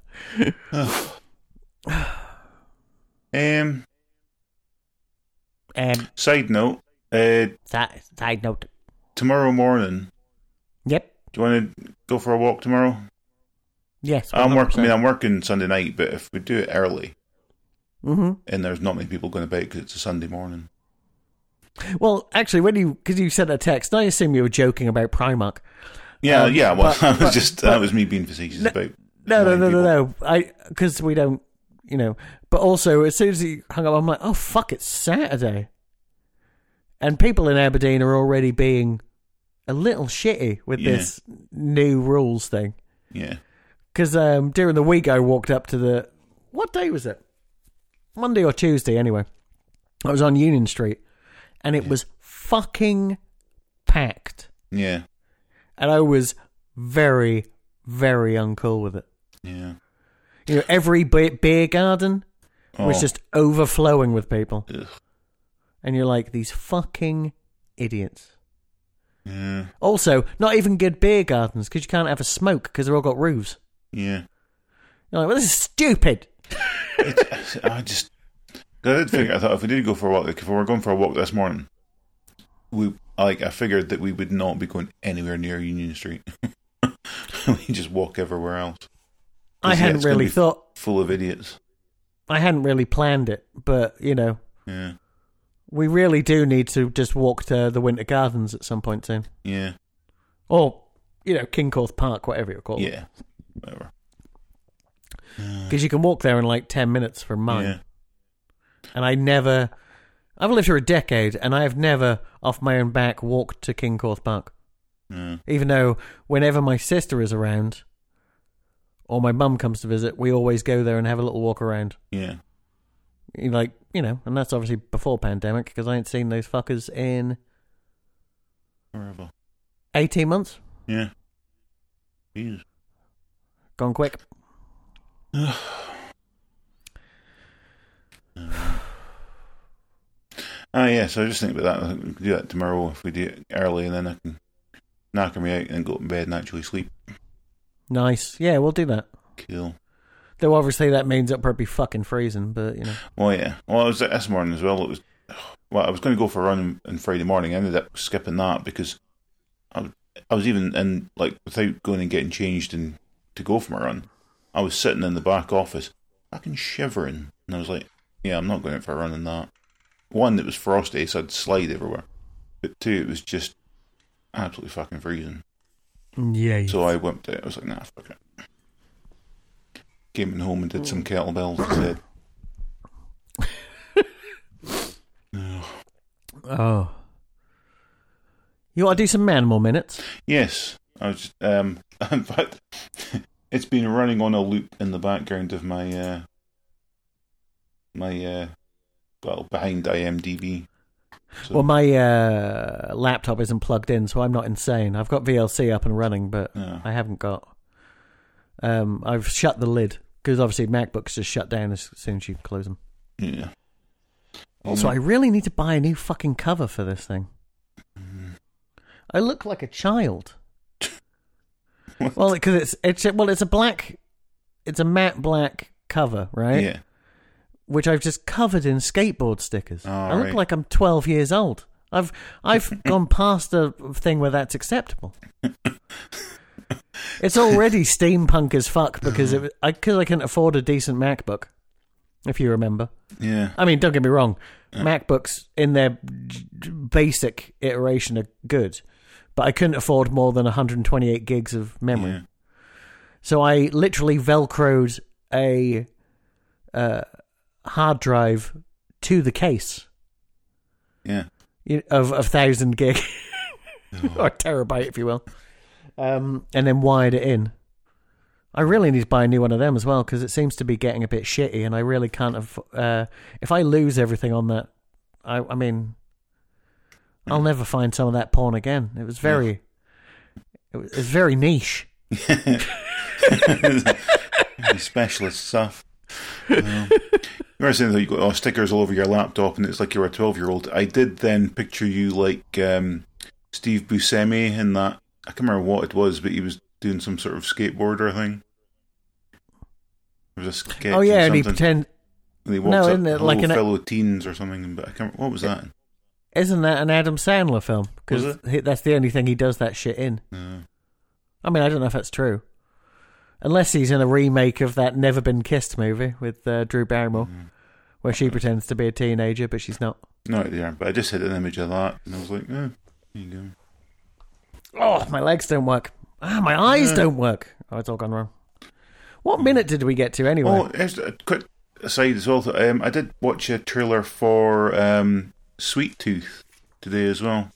Speaker 2: um,
Speaker 1: Um,
Speaker 2: side note: uh,
Speaker 1: side, side note.
Speaker 2: tomorrow morning,
Speaker 1: Yep.
Speaker 2: do you want to go for a walk tomorrow?
Speaker 1: Yes.
Speaker 2: I'm working. I mean, I'm working Sunday night, but if we do it early,
Speaker 1: Mm-hmm.
Speaker 2: and there's not many people going about because it's a Sunday morning.
Speaker 1: Well, actually, when you because you sent a text, I assume you were joking about Primark.
Speaker 2: Yeah, yeah. Well,
Speaker 1: Um, but-
Speaker 2: that
Speaker 1: but-
Speaker 2: was just that was me being facetious
Speaker 1: No-
Speaker 2: about.
Speaker 1: No, no,
Speaker 2: knowing
Speaker 1: no, no,
Speaker 2: people.
Speaker 1: no. I because we don't, you know. But also, as soon as he hung up, I'm like, oh fuck, it's Saturday, and people in Aberdeen are already being a little shitty with
Speaker 2: Yeah.
Speaker 1: this new rules thing.
Speaker 2: Yeah.
Speaker 1: Because um, during the week, I walked up to the. What day was it? Monday or Tuesday, anyway. I was on Union Street and it was fucking packed.
Speaker 2: Yeah,
Speaker 1: And I was very, very uncool with it.
Speaker 2: yeah.
Speaker 1: You know, every be- beer garden was
Speaker 2: Oh,
Speaker 1: just overflowing with people.
Speaker 2: Ugh.
Speaker 1: And you're like, these fucking idiots.
Speaker 2: yeah,
Speaker 1: Also, not even good beer gardens because you can't have a smoke because they've all got roofs.
Speaker 2: yeah.
Speaker 1: You're like, well, this is stupid.
Speaker 2: I just, I did figure. I thought if we did go for a walk, like if we were going for a walk this morning, we like I figured that we would not be going anywhere near Union Street. we just walk everywhere else. 'Cause,
Speaker 1: I
Speaker 2: yeah,
Speaker 1: hadn't
Speaker 2: it's gonna
Speaker 1: really
Speaker 2: be
Speaker 1: thought
Speaker 2: Full of idiots.
Speaker 1: I hadn't really planned it, but you know,
Speaker 2: Yeah,
Speaker 1: we really do need to just walk to the Winter Gardens at some point soon,
Speaker 2: yeah,
Speaker 1: or you know, Kingcorth Park, whatever you call it,
Speaker 2: yeah. Whatever.
Speaker 1: because Uh. you can walk there in like ten minutes from mine.
Speaker 2: Yeah,
Speaker 1: And I never, I've lived here a decade, and I have never, off my own back, walked to Kingcorth Park.
Speaker 2: yeah,
Speaker 1: Even though whenever my sister is around, or my mum comes to visit, we always go there and have a little walk around.
Speaker 2: yeah.
Speaker 1: You Like you know, and that's obviously before pandemic because I ain't seen those fuckers in
Speaker 2: Horrible.
Speaker 1: eighteen months.
Speaker 2: Yeah. Jeez.
Speaker 1: Gone quick.
Speaker 2: Ah, yeah. So I just think about that. I think we can do that tomorrow if we do it early, and then I can knock me out and then go up in bed and actually sleep.
Speaker 1: Nice. Yeah, we'll do that.
Speaker 2: Cool.
Speaker 1: Though obviously that means it'll probably be fucking freezing, but you know.
Speaker 2: Well, Oh, yeah. Well, I was at this morning as well. It was well. I was going to go for a run on Friday morning. I ended up skipping that because I, was- I was even in like without going and getting changed and to go for my run. I was sitting in the back office, fucking shivering, and I was like, "Yeah, I'm not going out for a run in that." One, it was frosty, so I'd slide everywhere. But two, it was just absolutely fucking freezing.
Speaker 1: Yeah.
Speaker 2: So I went out. I was like, "Nah, fuck it." Came in home and did some kettlebells instead.
Speaker 1: Oh. You want to do some Manimal minutes?
Speaker 2: Yes, I was. Um, in fact, it's been running on a loop in the background of my uh, my uh, well behind IMDb. So,
Speaker 1: Well, my uh, laptop isn't plugged in, so I'm not insane. I've got VLC up and running, but
Speaker 2: Yeah.
Speaker 1: I haven't got. Um, I've shut the lid because obviously MacBooks just shut down as soon as you close them.
Speaker 2: yeah. Oh,
Speaker 1: Also, I really need to buy a new fucking cover for this thing. I look like a child.
Speaker 2: What?
Speaker 1: well, because it's it's a- well, it's a black, it's a matte black cover, right?
Speaker 2: Yeah.
Speaker 1: Which I've just covered in skateboard stickers.
Speaker 2: Oh,
Speaker 1: I look
Speaker 2: right.
Speaker 1: like I'm 12 years old. I've I've gone past the thing where that's acceptable. it's already steampunk as fuck because
Speaker 2: Uh-huh.
Speaker 1: it I because I can afford a decent MacBook, if you remember.
Speaker 2: Yeah.
Speaker 1: I mean, don't get me wrong.
Speaker 2: Uh-huh.
Speaker 1: MacBooks in their j- j- basic iteration are good, but I couldn't afford more than 128 gigs of memory.
Speaker 2: Yeah.
Speaker 1: So I literally velcroed a uh, hard drive to the case
Speaker 2: Yeah.
Speaker 1: you- of a thousand gig or a terabyte, if you will, um, and then wired it in. I really need to buy a new one of them as well because it seems to be getting a bit shitty, and I really can't. Have, uh, if I lose everything on that, I, I mean, I'll never find some of that porn again. It was very, it was, it was very niche.
Speaker 2: specialist stuff. Um, you were saying that you got oh, stickers all over your laptop, and it's like you're a twelve-year-old. I did then picture you like um, Steve Buscemi in that. I can't remember what it was, but he was doing some sort of skateboarder thing. It was a sketch.
Speaker 1: oh
Speaker 2: or
Speaker 1: yeah, and he
Speaker 2: something,
Speaker 1: pretend
Speaker 2: and he
Speaker 1: no,
Speaker 2: walks
Speaker 1: isn't
Speaker 2: up
Speaker 1: it
Speaker 2: to
Speaker 1: like
Speaker 2: hello
Speaker 1: an-
Speaker 2: fellow teens or something. But I can't. What was that?
Speaker 1: isn't that an Adam Sandler film?
Speaker 2: Was
Speaker 1: Because that's the only thing he does that shit in.
Speaker 2: Uh,
Speaker 1: I mean, I don't know if that's true. Unless he's in a remake of that Never Been Kissed movie with uh, Drew Barrymore, where she pretends to be a teenager, but she's not.
Speaker 2: no, there. But I just had an image of that, and I was like, oh, there you go.
Speaker 1: Oh, my legs don't work. Ah, my eyes don't work. Oh, it's all gone wrong. What minute did we get to anyway?
Speaker 2: Oh, here's a quick aside as well. Um, I did watch a trailer for um, Sweet Tooth today as well.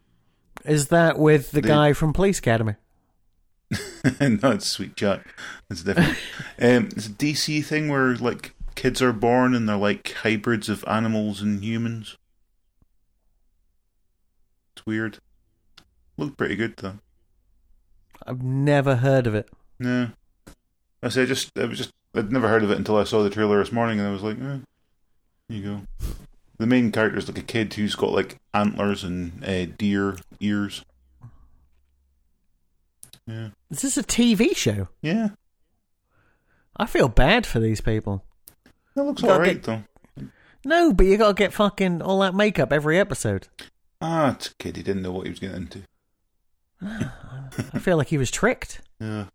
Speaker 1: Is that with the
Speaker 2: the-
Speaker 1: guy from Police Academy?
Speaker 2: no, it's Sweet Jack. It's different. um, it's a DC thing where like kids are born and they're like hybrids of animals and humans. It's weird. Looked pretty good though.
Speaker 1: I've never heard of it.
Speaker 2: No, I say I just I was just I'd never heard of it until I saw the trailer this morning and I was like, eh, there you go. The main character is like a kid who's got like antlers and uh, deer ears. Yeah,
Speaker 1: Is this a TV show?
Speaker 2: yeah,
Speaker 1: I feel bad for these people.
Speaker 2: that looks
Speaker 1: Gotta
Speaker 2: all
Speaker 1: get-
Speaker 2: right though.
Speaker 1: No, but you got to get fucking all that makeup every episode.
Speaker 2: Ah, it's a kid. He didn't know what he was getting into.
Speaker 1: I feel like he was tricked.
Speaker 2: Yeah.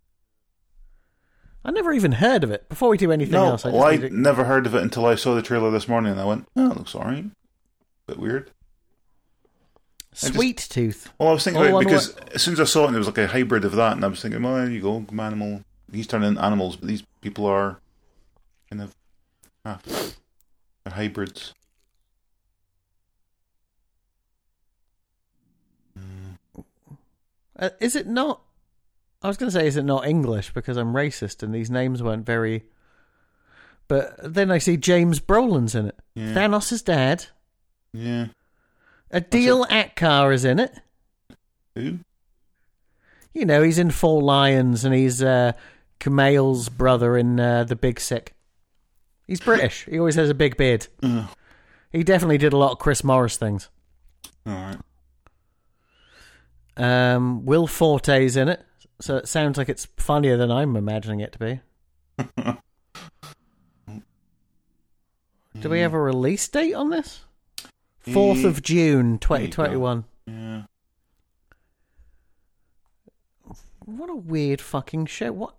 Speaker 1: I never even heard of it. Before we do anything
Speaker 2: No,
Speaker 1: else, I just
Speaker 2: well, I
Speaker 1: need to-
Speaker 2: never heard of it until I saw the trailer this morning, and I went, "Oh, it looks all right." Bit weird. just-
Speaker 1: Sweet Tooth.
Speaker 2: Well, I was thinking
Speaker 1: Oh,
Speaker 2: about it
Speaker 1: I know
Speaker 2: because as soon as I saw it, and it was like a hybrid of that, and I was thinking, well, there you go, animal. He's turning into animals, but these people are kind of half they're hybrids.
Speaker 1: Uh, is it not? I was going to say, is it not English because I'm racist and these names weren't very. But then I see James Brolin's in it.
Speaker 2: Yeah.
Speaker 1: Thanos' dad.
Speaker 2: Yeah.
Speaker 1: Adil Atkar is in it.
Speaker 2: Who?
Speaker 1: You know, he's in Four Lions and he's uh, Kumail's brother in uh, The Big Sick. He's British. he always has a big beard.
Speaker 2: Ugh.
Speaker 1: He definitely did a lot of Chris Morris things.
Speaker 2: All right.
Speaker 1: Um, Will Forte's in it, so it sounds like it's funnier than I'm imagining it to be.
Speaker 2: Hmm.
Speaker 1: Do we have a release date on this? Fourth of June, twenty twenty one.
Speaker 2: Yeah.
Speaker 1: What a weird fucking show! What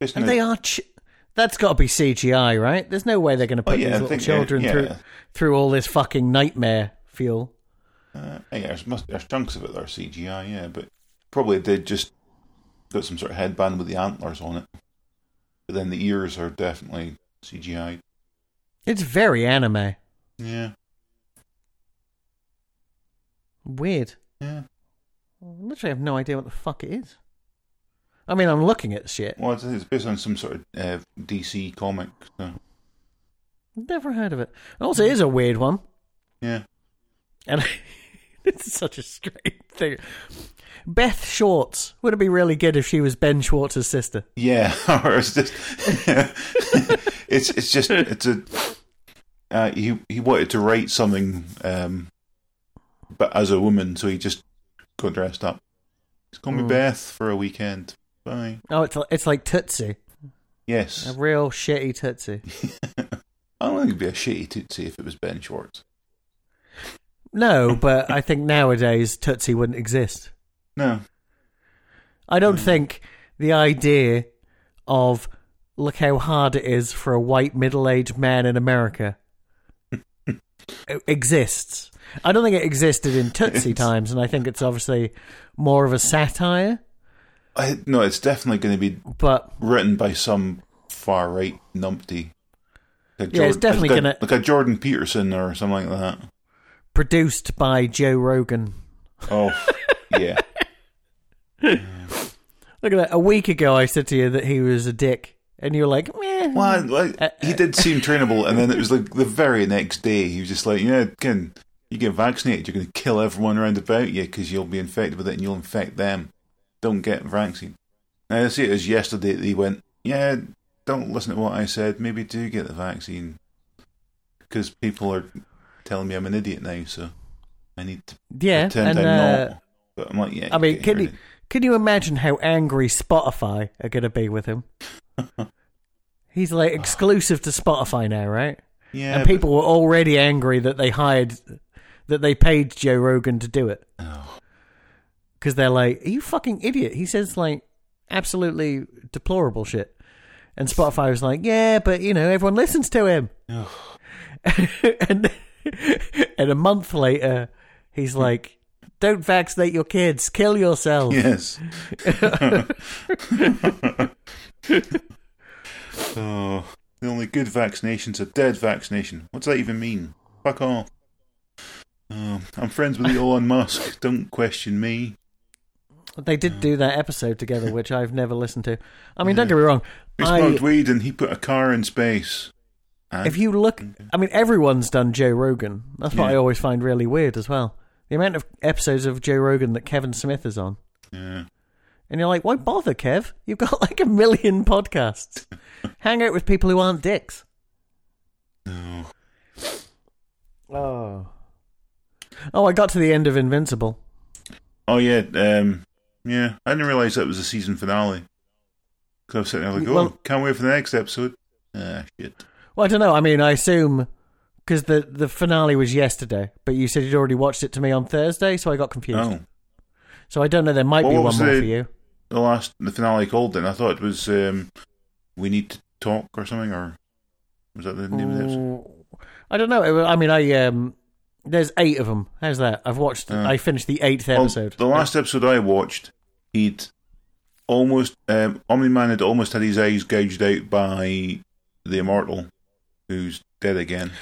Speaker 2: Just
Speaker 1: and
Speaker 2: now-
Speaker 1: they are. Ch- that's got to be CGI, right? There's no way they're going to put
Speaker 2: yeah, I
Speaker 1: these little
Speaker 2: think, uh,
Speaker 1: children
Speaker 2: yeah.
Speaker 1: through through all this fucking nightmare fuel.
Speaker 2: Uh, yeah, there's, must, there's chunks of it that are CGI, yeah, but probably they just got some sort of headband with the antlers on it. But then the ears are definitely CGI.
Speaker 1: It's very anime.
Speaker 2: Yeah,
Speaker 1: Weird.
Speaker 2: yeah.
Speaker 1: I literally have no idea what the fuck it is. I mean, I'm looking at shit.
Speaker 2: Well, it's- it's based on some sort of uh, DC comic. So,
Speaker 1: Never heard of it. And also, it is a weird one.
Speaker 2: yeah.
Speaker 1: And this is such a strange thing. Beth Schwartz would it be really good if she was Ben Schwartz's sister?
Speaker 2: Yeah, or it's just it's it's just it's a uh, he he wanted to write something, um, but as a woman, so he just got dressed up. He's called
Speaker 1: Mm.
Speaker 2: me Beth for a weekend. Bye.
Speaker 1: Oh, it's it's like Tootsie, a
Speaker 2: Yes,
Speaker 1: real shitty Tootsie.
Speaker 2: I don't think it'd be a shitty tootsie if it was Ben Schwartz.
Speaker 1: No, but I think nowadays Tootsie wouldn't exist.
Speaker 2: No,
Speaker 1: I don't
Speaker 2: Mm.
Speaker 1: think the idea of look how hard it is for a white middle-aged man in America e-, exists. I don't think it existed in Tootsie times, and I think it's obviously more of a satire.
Speaker 2: I, no, it's definitely going to be
Speaker 1: But
Speaker 2: written by some far right numpty. Like
Speaker 1: Yeah, it's definitely
Speaker 2: like a-
Speaker 1: gonna-
Speaker 2: like a Jordan Peterson or something like that.
Speaker 1: produced by Joe Rogan.
Speaker 2: Oh, yeah.
Speaker 1: Look at that. A week ago, I said to you that he was a dick, and you were like, meh.
Speaker 2: Well, like,
Speaker 1: Uh,
Speaker 2: he did seem trainable, and then it was like the very next day he was just like, "Yeah, can you get vaccinated? You're going to kill everyone around about you because you'll be infected with it, and you'll infect them. Don't get vaccinated." And I see it was yesterday that he went, "Yeah, don't listen to what I said. Maybe do get the vaccine because people are telling me I'm an idiot now, so I need to
Speaker 1: Yeah, and
Speaker 2: pretend I'm
Speaker 1: uh,
Speaker 2: not." But I'm like, "Yeah."
Speaker 1: I mean,
Speaker 2: get
Speaker 1: can
Speaker 2: rid
Speaker 1: you
Speaker 2: of it."
Speaker 1: can you imagine how angry Spotify are going to be with him? He's like exclusive to Spotify now, right?
Speaker 2: Yeah,
Speaker 1: and
Speaker 2: but-
Speaker 1: people were already angry that they hired, that they paid Joe Rogan to do it
Speaker 2: Oh,
Speaker 1: because they're like, "Are you fucking idiot?" He says like absolutely deplorable shit, and Spotify was like, "Yeah, but you know, everyone listens to him."
Speaker 2: oh,
Speaker 1: and and a month later,
Speaker 2: Hmm.
Speaker 1: he's like, "Don't vaccinate your kids. Kill yourself."
Speaker 2: yes. oh, the only good vaccination's a dead vaccination. What's that even mean? Fuck off. Oh, I'm friends with Elon Musk. Don't question me.
Speaker 1: They did do that episode together, which I've never listened to. I mean, don't get me wrong.
Speaker 2: We
Speaker 1: I-
Speaker 2: smoked weed and he put a car in space. And
Speaker 1: if you look, I mean, everyone's done Joe Rogan. That's what
Speaker 2: Yeah.
Speaker 1: I always find really weird as well. The amount of episodes of Joe Rogan that Kevin Smith is on,
Speaker 2: yeah.
Speaker 1: and you're like, why bother, Kev? You've got like a million podcasts. Hang out with people who aren't dicks.
Speaker 2: No.
Speaker 1: Oh. Oh, I got to the end of Invincible.
Speaker 2: Oh yeah. Um. Yeah. I didn't realize that was the season finale. Because I was sitting there like, oh,
Speaker 1: Well-
Speaker 2: can't wait for the next episode. Ah, shit.
Speaker 1: Well, I don't know. I mean, I assume because the the finale was yesterday, but you said you'd already watched it to me on Thursday, so I got confused.
Speaker 2: Oh,
Speaker 1: So I don't know. There might
Speaker 2: What
Speaker 1: be one
Speaker 2: was
Speaker 1: more
Speaker 2: the-
Speaker 1: for you.
Speaker 2: the last the finale called then. I thought it was um, we need to talk or something, or was that the name of the episode?
Speaker 1: I don't know. It wa- I mean, I um, there's eight of them. How's that? I've watched.
Speaker 2: Uh,
Speaker 1: I finished the eighth
Speaker 2: Well,
Speaker 1: episode.
Speaker 2: the last episode I watched, he'd almost um, Omni Man had almost had his eyes gouged out by the immortal, who's dead again.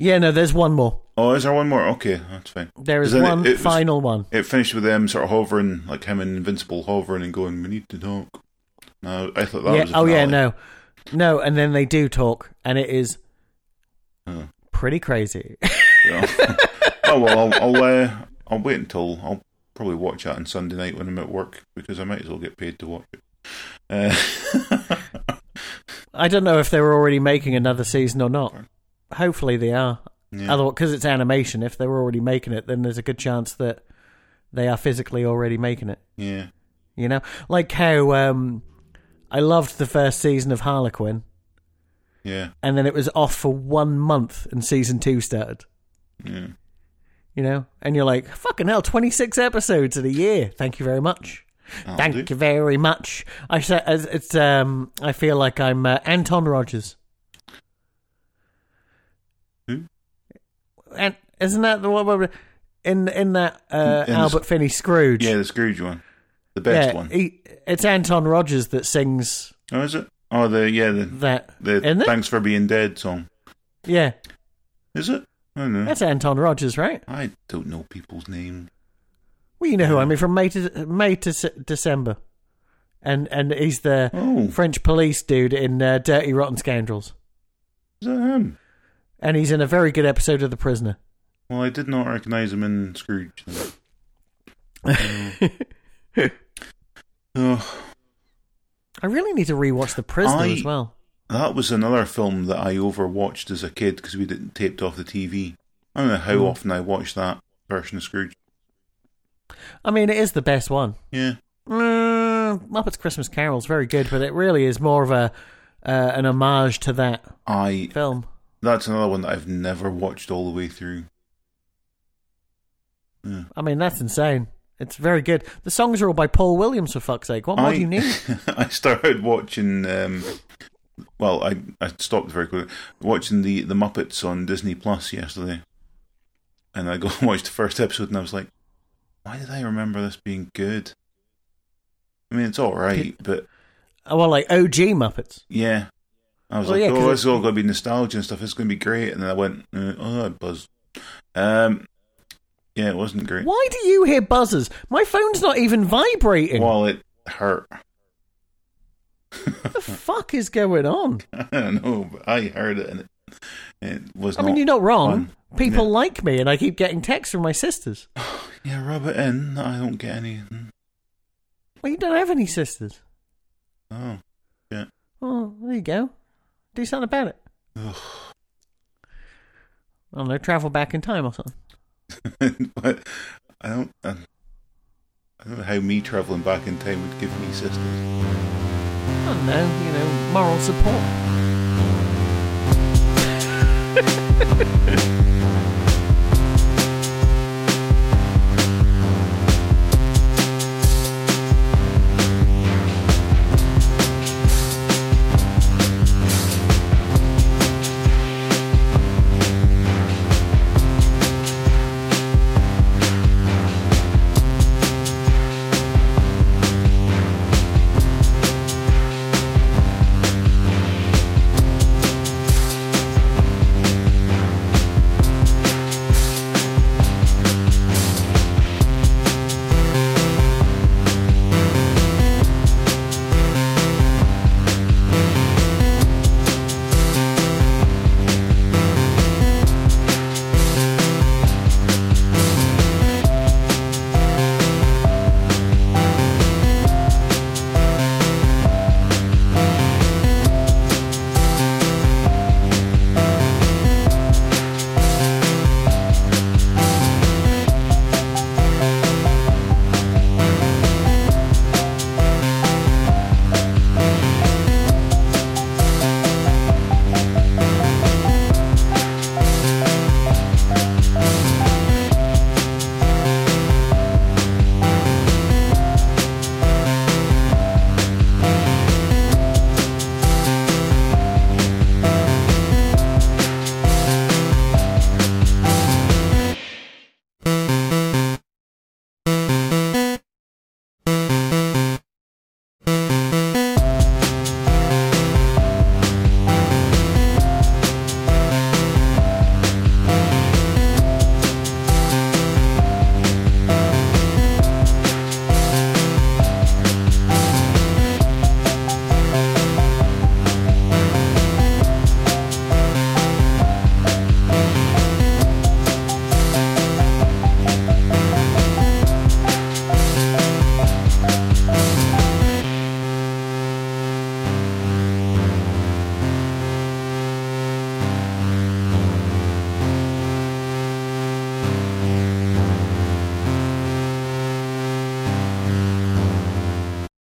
Speaker 1: Yeah, no. There's one more.
Speaker 2: Oh, is there one more? Okay, that's fine.
Speaker 1: There is
Speaker 2: Then it-
Speaker 1: one
Speaker 2: it was-
Speaker 1: final one.
Speaker 2: It finished with them sort of hovering, like him and Invincible hovering and going, "We need to talk." No, I thought that
Speaker 1: yeah.
Speaker 2: was. the
Speaker 1: Oh yeah.
Speaker 2: finale.
Speaker 1: No. No. And then they do talk, and it is
Speaker 2: Hmm.
Speaker 1: pretty crazy.
Speaker 2: Yeah. oh well, I'll I'll, uh, I'll wait until I'll probably watch that on Sunday night when I'm at work because I might as well get paid to watch it. Uh,
Speaker 1: I don't know if they're already making another season or not. Hopefully they are.
Speaker 2: Yeah.
Speaker 1: Otherwise, because it's animation, if they're already making it, then there's a good chance that they are physically already making it.
Speaker 2: yeah,
Speaker 1: You know, like how um, I loved the first season of Harlequin,
Speaker 2: yeah,
Speaker 1: and then it was off for one month, and season two started.
Speaker 2: yeah.
Speaker 1: You know, and you're like, fucking hell, 26 episodes in a year. Thank you very much.
Speaker 2: That'll
Speaker 1: Thank
Speaker 2: do.
Speaker 1: you very much. I sa- it's it's, um, I feel like I'm uh, Anton Rogers.
Speaker 2: Who?
Speaker 1: And isn't that the one where, in in that uh,
Speaker 2: In- in the
Speaker 1: Albert Finney Scrooge?
Speaker 2: Yeah, the Scrooge one, the best
Speaker 1: Yeah,
Speaker 2: one.
Speaker 1: he- it's Anton Rogers that sings
Speaker 2: Oh, is it? Oh, the yeah, the
Speaker 1: that.
Speaker 2: the
Speaker 1: isn't it?
Speaker 2: thanks for being dead song.
Speaker 1: Yeah,
Speaker 2: Is it? Oh, I don't know.
Speaker 1: that's Anton Rogers, right?
Speaker 2: I don't know people's names.
Speaker 1: Well, you know who I mean from May to May to S- December, and and he's the
Speaker 2: Oh,
Speaker 1: French police dude in uh, Dirty Rotten Scoundrels,
Speaker 2: is that him?
Speaker 1: and he's in a very good episode of The Prisoner.
Speaker 2: Well, I did not recognise him in Scrooge. then. Mm. Oh,
Speaker 1: I really need to rewatch The Prisoner
Speaker 2: I-
Speaker 1: as well.
Speaker 2: that was another film that I overwatched as a kid because we didn't taped off the TV. I don't know
Speaker 1: Hmm.
Speaker 2: how often I watched that version of Scrooge.
Speaker 1: I mean, it is the best one.
Speaker 2: Yeah,
Speaker 1: Mm, Muppets Christmas Carol's very good, but it really is more of a uh, an homage to that
Speaker 2: I.
Speaker 1: film.
Speaker 2: That's another one that I've never watched all the way through. Yeah.
Speaker 1: I mean, that's insane. It's very good. The songs are all by Paul Williams, for fuck's sake. What more
Speaker 2: I-
Speaker 1: do you need?
Speaker 2: I started watching. Um, well, I I stopped very quickly watching the the Muppets on Disney Plus yesterday, and I go and watched the first episode, and I was like, "Why did I remember this being good?" I mean, it's all right, but
Speaker 1: Oh, well, like OG Muppets.
Speaker 2: yeah, I was
Speaker 1: Well,
Speaker 2: like,
Speaker 1: yeah, 'cause
Speaker 2: "Oh, this
Speaker 1: it-
Speaker 2: is all going to be nostalgia and stuff. It's going to be great." And then I went, uh, "Oh, that buzz." Um, yeah, it wasn't great.
Speaker 1: Why do you hear buzzers? My phone's not even vibrating. What
Speaker 2: While it hurt,
Speaker 1: the fuck is going on?
Speaker 2: I don't know, but I heard it, and it, it was.
Speaker 1: I mean, you're not wrong.
Speaker 2: fun.
Speaker 1: People
Speaker 2: Yeah.
Speaker 1: like me, and I keep getting texts from my sisters.
Speaker 2: Yeah, rub it in. I don't get anything.
Speaker 1: Well, you don't have any sisters.
Speaker 2: Oh, yeah.
Speaker 1: Oh, there you go. Do something about it.
Speaker 2: Ugh.
Speaker 1: I don't know, travel back in time or something.
Speaker 2: but I don't. I, I don't know how me traveling back in time would give me sisters.
Speaker 1: I don't know, you know, moral support.